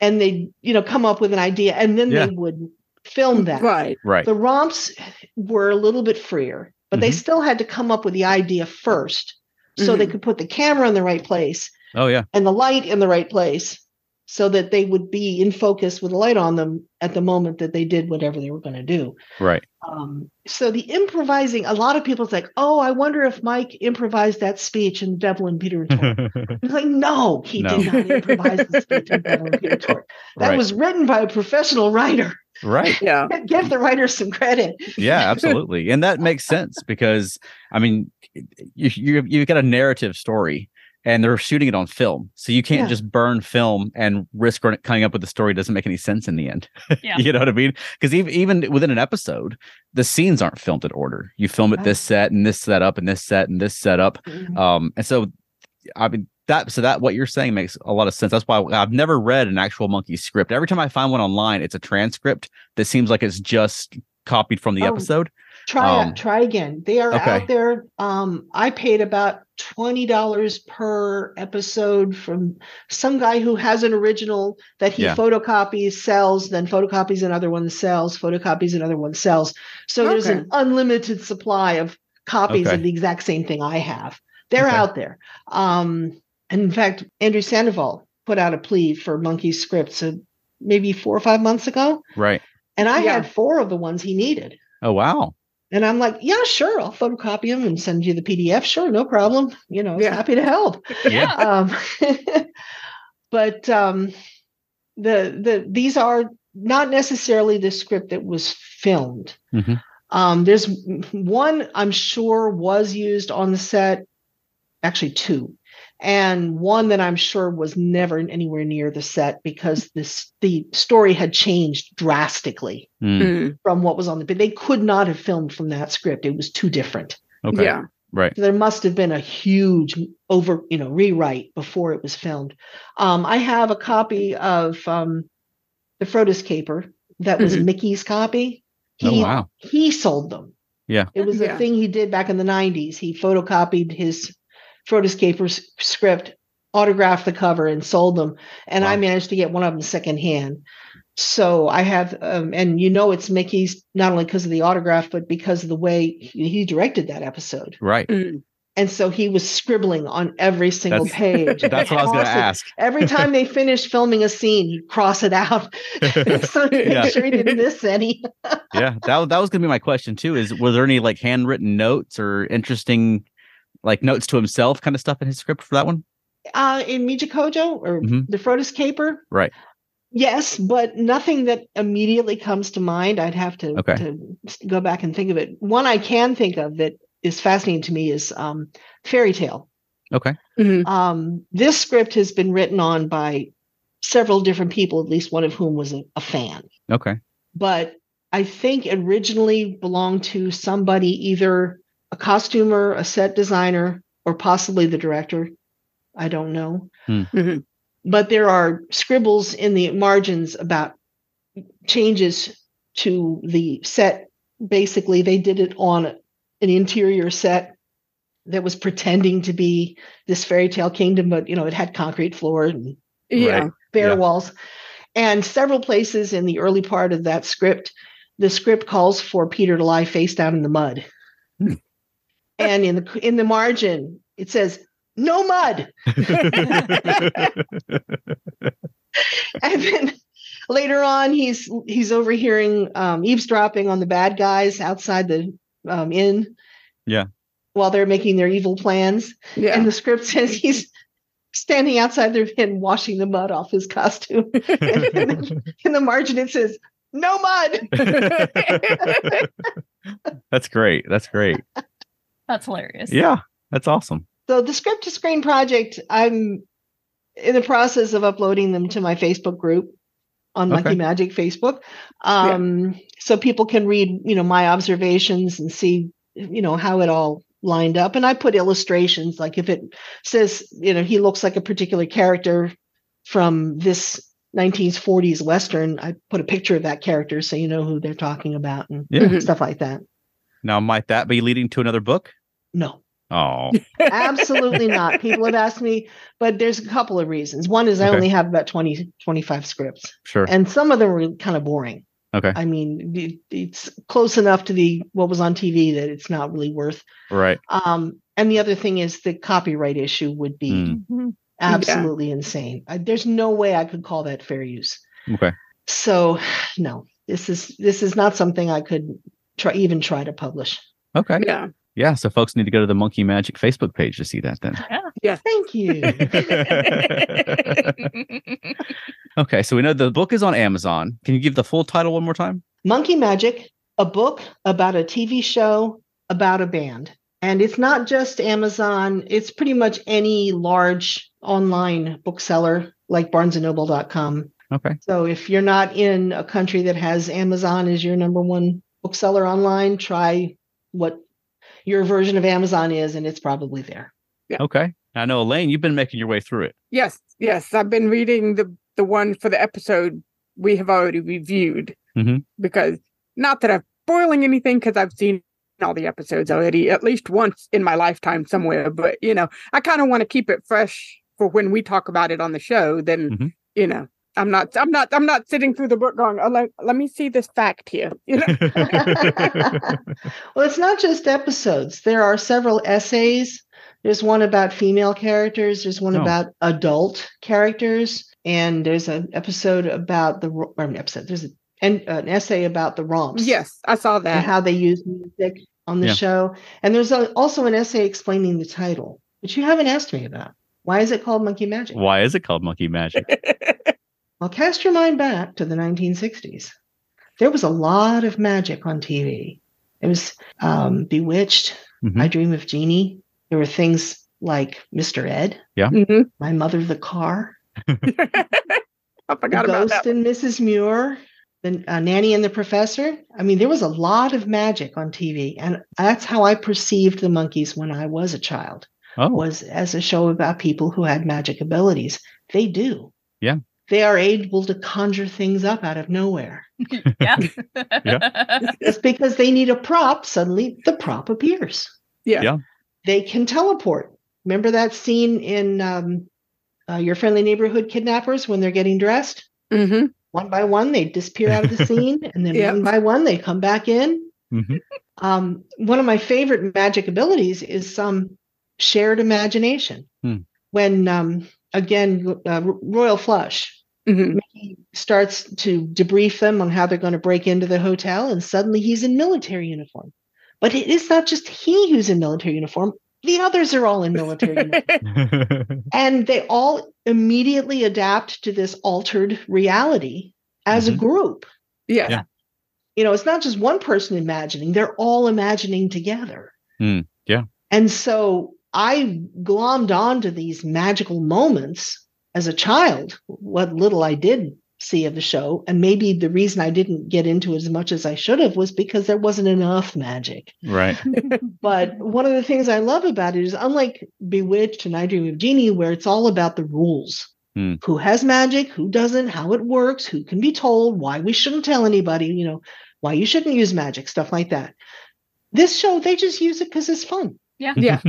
And they, you know, come up with an idea and then Yeah. they would film that. Right. Right. The romps were a little bit freer, but they Mhm. still had to come up with the idea first so Mm-hmm. they could put the camera in the right place Oh yeah. and the light in the right place so that they would be in focus with the light on them at the moment that they did whatever they were going to do. Right. Um, so the improvising, a lot of people's like, oh, I wonder if Mike improvised that speech in Devil and Peter and Tork. It's like, no, he No. did not improvise the speech in Devil and Peter and Tork. That right. was written by a professional writer. right. Yeah. Give the writer some credit. yeah absolutely and that makes sense because i mean you, you you've got a narrative story and they're shooting it on film so you can't Yeah. just burn film and risk run- coming up with a story that doesn't make any sense in the end Yeah. you know what i mean because even, even within an episode the scenes aren't filmed in order you film it this set and this setup and this set and this setup um and so i mean that so that what you're saying makes a lot of sense that's why i've never read an actual monkey script every time i find one online it's a transcript that seems like it's just copied from the Oh, episode Try Um, try again. They are okay. out there. Um, I paid about twenty dollars per episode from some guy who has an original that he Yeah. photocopies, sells, then photocopies another one, sells, photocopies another one, sells. So there's an Okay. unlimited supply of copies Okay. of the exact same thing I have. They're Okay. out there. Um, and in fact, Andrew Sandoval put out a plea for monkey scripts uh, maybe four or five months ago, right and I Yeah. had four of the ones he needed. oh wow And I'm like, yeah, sure, I'll photocopy them and send you the PDF. Sure, no problem. You know, I was Yeah. happy to help. yeah Um, but um, the the these are not necessarily the script that was filmed. Mhm. Um, there's one I'm sure was used on the set, actually two, and one that I'm sure was never anywhere near the set because this the story had changed drastically Mm, Mhm. from what was on the but they could not have filmed from that script it was too different okay Yeah. right there must have been a huge over you know rewrite before it was filmed um i have a copy of um the frodo's caper that was Mhm. mickey's copy Mm-hmm. oh he wow he sold them Yeah. it was Yeah. a thing he did back in the 90s he photocopied his frodo's caper s- script autographed the cover and sold them and i Wow. managed to get one of them secondhand so I have, um, and you know, it's Mickey's not only because of the autograph, but because of the way he, he directed that episode. right Mhm. And so he was scribbling on every single That's- page. that's what i was gonna Cross it- ask Every time they finished filming a scene, he'd cross it out. so to Yeah. make sure he didn't miss any. yeah that, wa- that was gonna be my question too is were there any like handwritten notes or interesting like notes to himself kind of stuff in his script for that one Uh, in Michikojo or Mhm. the Frodo's Caper. Right. Yes, but nothing that immediately comes to mind. I'd have to, Okay. to s- go back and think of it. One I can think of that is fascinating to me is um, Fairy Tale. Mhm. um, this script has been written on by several different people, at least one of whom was a, a fan. okay But I think originally belonged to somebody, either a costumer, a set designer, or possibly the director. I don't know. Hmm. Mhm. But there are scribbles in the margins about changes to the set. Basically, they did it on an interior set that was pretending to be this fairy tale kingdom, but you know, it had concrete floor and Yeah. bare Yeah. walls. And several places in the early part of that script, the script calls for Peter to lie face down in the mud. Hmm. and in the in the margin, it says no mud. And then later on, he's he's overhearing um, eavesdropping on the bad guys outside the um, inn. Yeah. While they're making their evil plans, Yeah. and the script says he's standing outside their inn washing the mud off his costume. And then in the margin, it says, no mud. that's great that's great That's hilarious. yeah that's awesome So the script to screen project, I'm in the process of uploading them to my Facebook group on Monkey Okay. Magic Facebook. Um, so people can read, you know, my observations and see, you know, how it all lined up. And I put illustrations, like if it says, you know, he looks like a particular character from this 1940s Western, I put a picture of that character so you know who they're talking about and Mm-hmm. Yeah. stuff like that. Now, might that be leading to another book? No. Oh, Absolutely not. People have asked me, but there's a couple of reasons. One is I Okay. only have about 20, 25 scripts, sure. and some of them were kind of boring. Okay. I mean, it- it's close enough to the what was on TV that it's not really worth. right. Um, and the other thing is the copyright issue would be Mm. Mhm. absolutely insane. I, there's no way I could call that fair use. Okay. So, no, this is this is not something I could try even try to publish. Okay. Yeah. Yeah. So folks need to go to the Monkey Magic Facebook page to see that Thank you. then. okay. So we know the book is on Amazon. Can you give the full title one more time? Monkey Magic, a book about a TV show about a band. And it's not just Amazon, it's pretty much any large online bookseller like barnesandnoble.com. Okay. So if you're not in a country that has Amazon as your number one bookseller online, try what your version of Amazon is, and it's probably there. Okay. I know, Elaine, you've been making your way through it. Yes, yes. I've been reading the the one for the episode we have already reviewed Mhm. because not that I'm spoiling anything because I've seen all the episodes already at least once in my lifetime somewhere. But you know, I kind of want to keep it fresh for when we talk about it on the show. Then Mhm. you know, I'm not, I'm not, I'm not sitting through the book going, oh, let, let me see this fact here. You know, well, it's not just episodes. There are several essays. There's one about female characters. There's one Oh. about adult characters, and there's an episode about the ro- or an episode. There's a, an, an essay about the romps. yes, I saw and that. how they use music on the Yeah. show. And there's a, also an essay explaining the title, which you haven't asked me about. Why is it called Monkey Magic? Why is it called Monkey Magic? Well, cast your mind back to the 1960s. There was a lot of magic on TV. It was um, Bewitched, Mhm. I Dream of Jeannie. There were things like Mr. Ed, Mhm. My Mother the Car, I forgot the about Ghost that. and Mrs. Muir, the uh, Nanny and the Professor. I mean, there was a lot of magic on TV, and that's how I perceived the monkeys when I was a child. Oh, was as a show about people who had magic abilities. They do. Yeah. They are able to conjure things up out of nowhere. yeah. It's because they need a prop. Suddenly the prop appears. Yeah. Yeah. They can teleport. Remember that scene in um, uh, Your Friendly Neighborhood Kidnappers when they're getting dressed? hmm One by one, they disappear out of the scene, and then Yeah. one by one, they come back in. Mhm. Um, one of my favorite magic abilities is some shared imagination. Hmm. When um, again, uh, Royal Flush hmm he starts to debrief them on how they're going to break into the hotel, and suddenly he's in military uniform. But it is not just he who's in military uniform; the others are all in military uniform, and they all immediately adapt to this altered reality as a Mhm. group. Yeah. Yeah. You know, it's not just one person imagining; they're all imagining together. Hmm, yeah. And so I glommed onto these magical moments as a child, what little I did see of the show. And maybe the reason I didn't get into it as much as I should have was because there wasn't enough magic. right. But one of the things I love about it is unlike Bewitched and I Dream of Jeannie, where it's all about the rules. Hmm. Who has magic, who doesn't, how it works, who can be told, why we shouldn't tell anybody, you know, why you shouldn't use magic, stuff like that. This show, they just use it because it's fun. Yeah.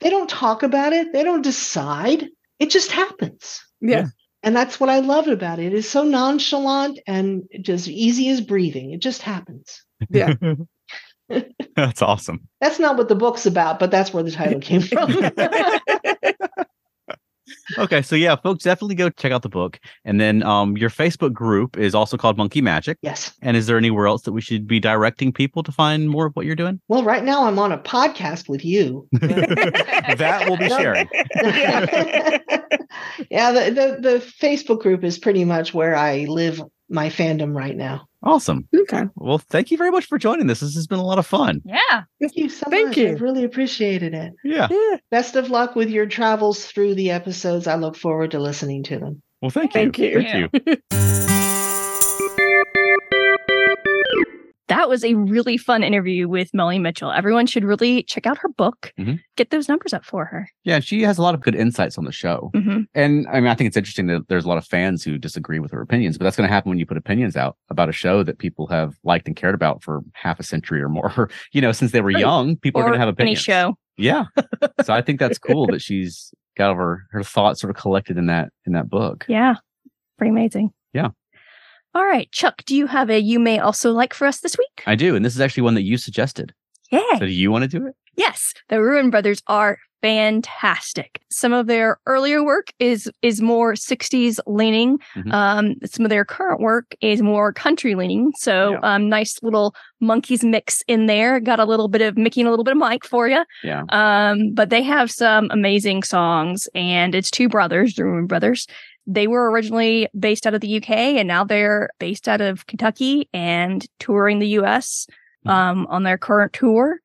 They don't talk about it. They don't decide. It just happens. Yeah. And that's what I love about it. It's so nonchalant and just easy as breathing. It just happens. Yeah. That's awesome. That's not what the book's about, but that's where the title came from. Okay, so yeah, folks, definitely go check out the book, and then um, your Facebook group is also called Monkey Magic. yes. And is there anywhere else that we should be directing people to find more of what you're doing? Well, right now I'm on a podcast with you. that will be No. sharing. yeah, the, the, the Facebook group is pretty much where I live my fandom right now. Awesome. Okay. Well, thank you very much for joining this. This has been a lot of fun. Yeah. Thank you so Thank much. I you. really appreciated it. Yeah. Yeah. Best of luck with your travels through the episodes. I look forward to listening to them. Well, thank you. Thank you. Thank you. That was a really fun interview with Melanie Mitchell. Everyone should really check out her book, Mhm. get those numbers up for her. Yeah, she has a lot of good insights on the show. hmm And I mean, I think it's interesting that there's a lot of fans who disagree with her opinions, but that's going to happen when you put opinions out about a show that people have liked and cared about for half a century or more. you know, since they were Right. young, people are going to have any opinions. show. Yeah. so I think that's cool that she's got her her thoughts sort of collected in that in that book. Yeah. Pretty amazing. Yeah. All right, Chuck, do you have a you may also like for us this week? I do, and this is actually one that you suggested. Yeah. So do you want to do it? Yes, the Ruin Brothers are fantastic. Some of their earlier work is is more 60s leaning. Mhm. Um, some of their current work is more country leaning. So Yeah. um, nice little monkeys mix in there. Got a little bit of Mickey and a little bit of Mike for you. Yeah. Um, but they have some amazing songs, and it's two brothers, the Ruin Brothers. They were originally based out of the UK, and now they're based out of Kentucky and touring the US Mm-hmm. um, on their current tour.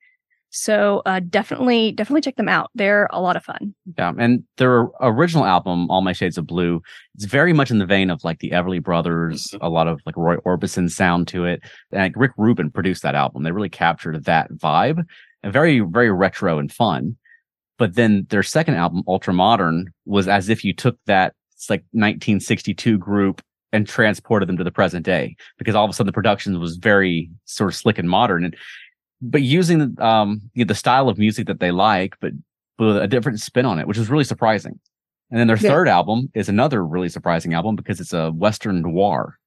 So uh, definitely, definitely check them out. They're a lot of fun. Yeah, and their original album, All My Shades of Blue, it's very much in the vein of like the Everly Brothers, a lot of like Roy Orbison sound to it. And like, Rick Rubin produced that album. They really captured that vibe and very, very retro and fun. But then their second album, Ultra Modern, was as if you took that it's like 1962 group and transported them to the present day because all of a sudden the production was very sort of slick and modern and but using um you know, the style of music that they like but with a different spin on it, which is really surprising. And then their Yeah. third album is another really surprising album because it's a Western noir.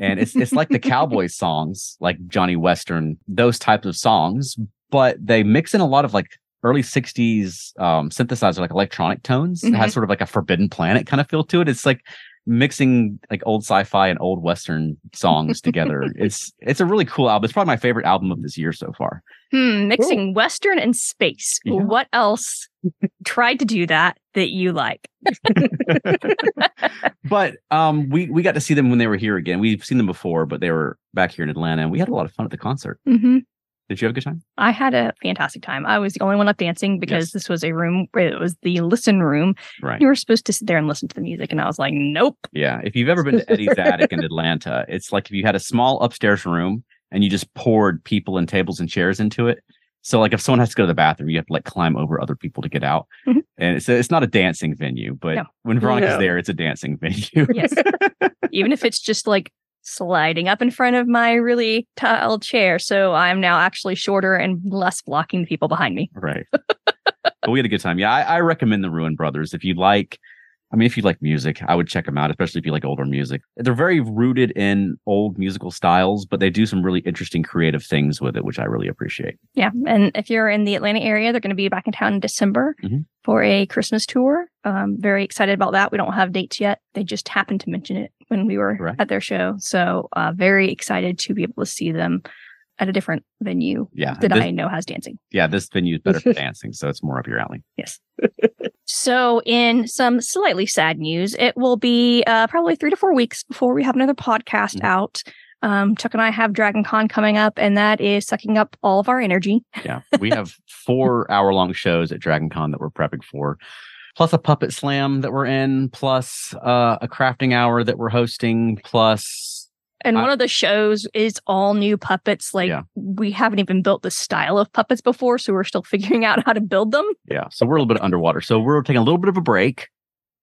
And it's it's like the cowboy songs, like Johnny Western, those types of songs, but they mix in a lot of like early 60s um synthesizer like electronic tones. It has sort of like a forbidden planet kind of feel to it. It's like mixing like old sci-fi and old western songs together. It's it's a really cool album. It's probably my favorite album of this year so far. Hmm, mixing Western and space. Yeah. What else tried to do that that you like? but um, we we got to see them when they were here again. We've seen them before, but they were back here in Atlanta, and we had a lot of fun at the concert. Mm-hmm. Did you have a good time? I had a fantastic time. I was the only one up dancing because Yes. this was a room. It was the listen room. Right. You were supposed to sit there and listen to the music, and I was like, nope. Yeah. If you've ever been to Eddie's attic in Atlanta, it's like if you had a small upstairs room and you just poured people and tables and chairs into it. So like if someone has to go to the bathroom, you have to like climb over other people to get out. Mhm. And it's it's not a dancing venue, but No. when Veronica's No. there, it's a dancing venue. Yes. Even if it's just like sliding up in front of my really tiled chair, so I'm now actually shorter and less blocking the people behind me. Right. but we had a good time. Yeah, I, I recommend the Ruin Brothers. If you like, I mean, if you like music, I would check them out, especially if you like older music. They're very rooted in old musical styles, but they do some really interesting creative things with it, which I really appreciate. Yeah. And if you're in the Atlanta area, they're going to be back in town in December Mhm. for a Christmas tour. Um, very excited about that. We don't have dates yet. They just happened to mention it when we were Right. at their show. So uh, very excited to be able to see them at a different venue Yeah. that this, I know has dancing. Yeah, this venue is better for dancing, so it's more up your alley. Yes. so, in some slightly sad news, it will be uh, probably three to four weeks before we have another podcast Mhm. out. Um, Chuck and I have Dragon Con coming up, and that is sucking up all of our energy. Yeah. We have four hour long shows at Dragon Con that we're prepping for. Plus a puppet slam that we're in, plus uh, a crafting hour that we're hosting, plus And I- one of the shows is all new puppets. Like Yeah. we haven't even built the style of puppets before, so we're still figuring out how to build them. Yeah. So we're a little bit underwater. So we're taking a little bit of a break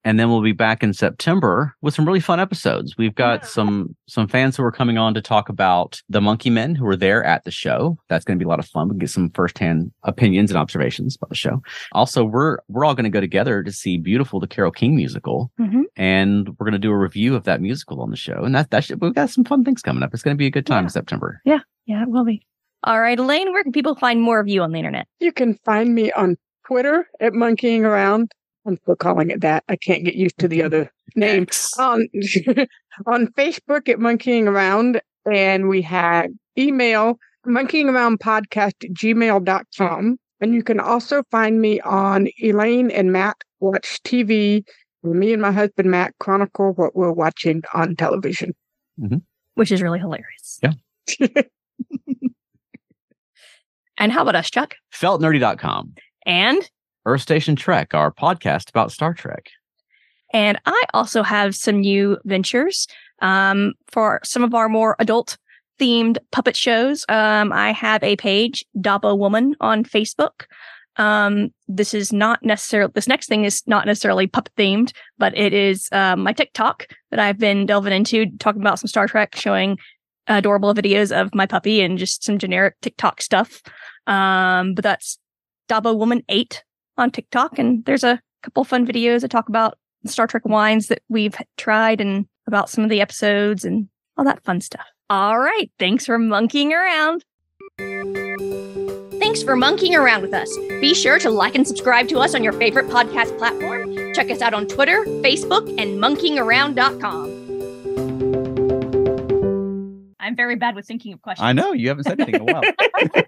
and then we'll be back in September with some really fun episodes. We've got Yeah. some some fans who are coming on to talk about the Monkey Men who are there at the show. That's going to be a lot of fun. We can get some firsthand opinions and observations about the show. Also, we're we're all going to go together to see Beautiful the Carol King musical Mhm. and we're going to do a review of that musical on the show. And that that should, we've got some fun things coming up. It's going to be a good time Yeah. in September. Yeah, it will be. All right, Elaine, where can people find more of you on the internet? You can find me on Twitter at monkeying around. I'm still calling it that. I can't get used to the other name. On on Facebook at monkeying around, and we have email monkeying around podcast at gmail.com. And you can also find me on Elaine and Matt Watch TV. where Me and my husband Matt chronicle what we're watching on television. which is really hilarious. Yeah. and how about us, Chuck? Feltnerdy.com, And Earth Station Trek, our podcast about Star Trek. and I also have some new ventures um, for some of our more adult themed puppet shows. Um, I have a page, Dabo Woman, on Facebook. Um, this is not necessarily this next thing is not necessarily puppet themed, but it is um, my TikTok that I've been delving into, talking about some Star Trek, showing adorable videos of my puppy and just some generic TikTok stuff. Um, but that's Dabo Woman Eight on TikTok, and there's a couple fun videos I talk about Star Trek wines that we've tried and about some of the episodes and all that fun stuff. All right. Thanks for monkeying around. Thanks for monkeying around with us. Be sure to like and subscribe to us on your favorite podcast platform. Check us out on Twitter, Facebook, and monkeyingaround.com. I'm very bad with thinking of questions. I know you haven't said anything in a while.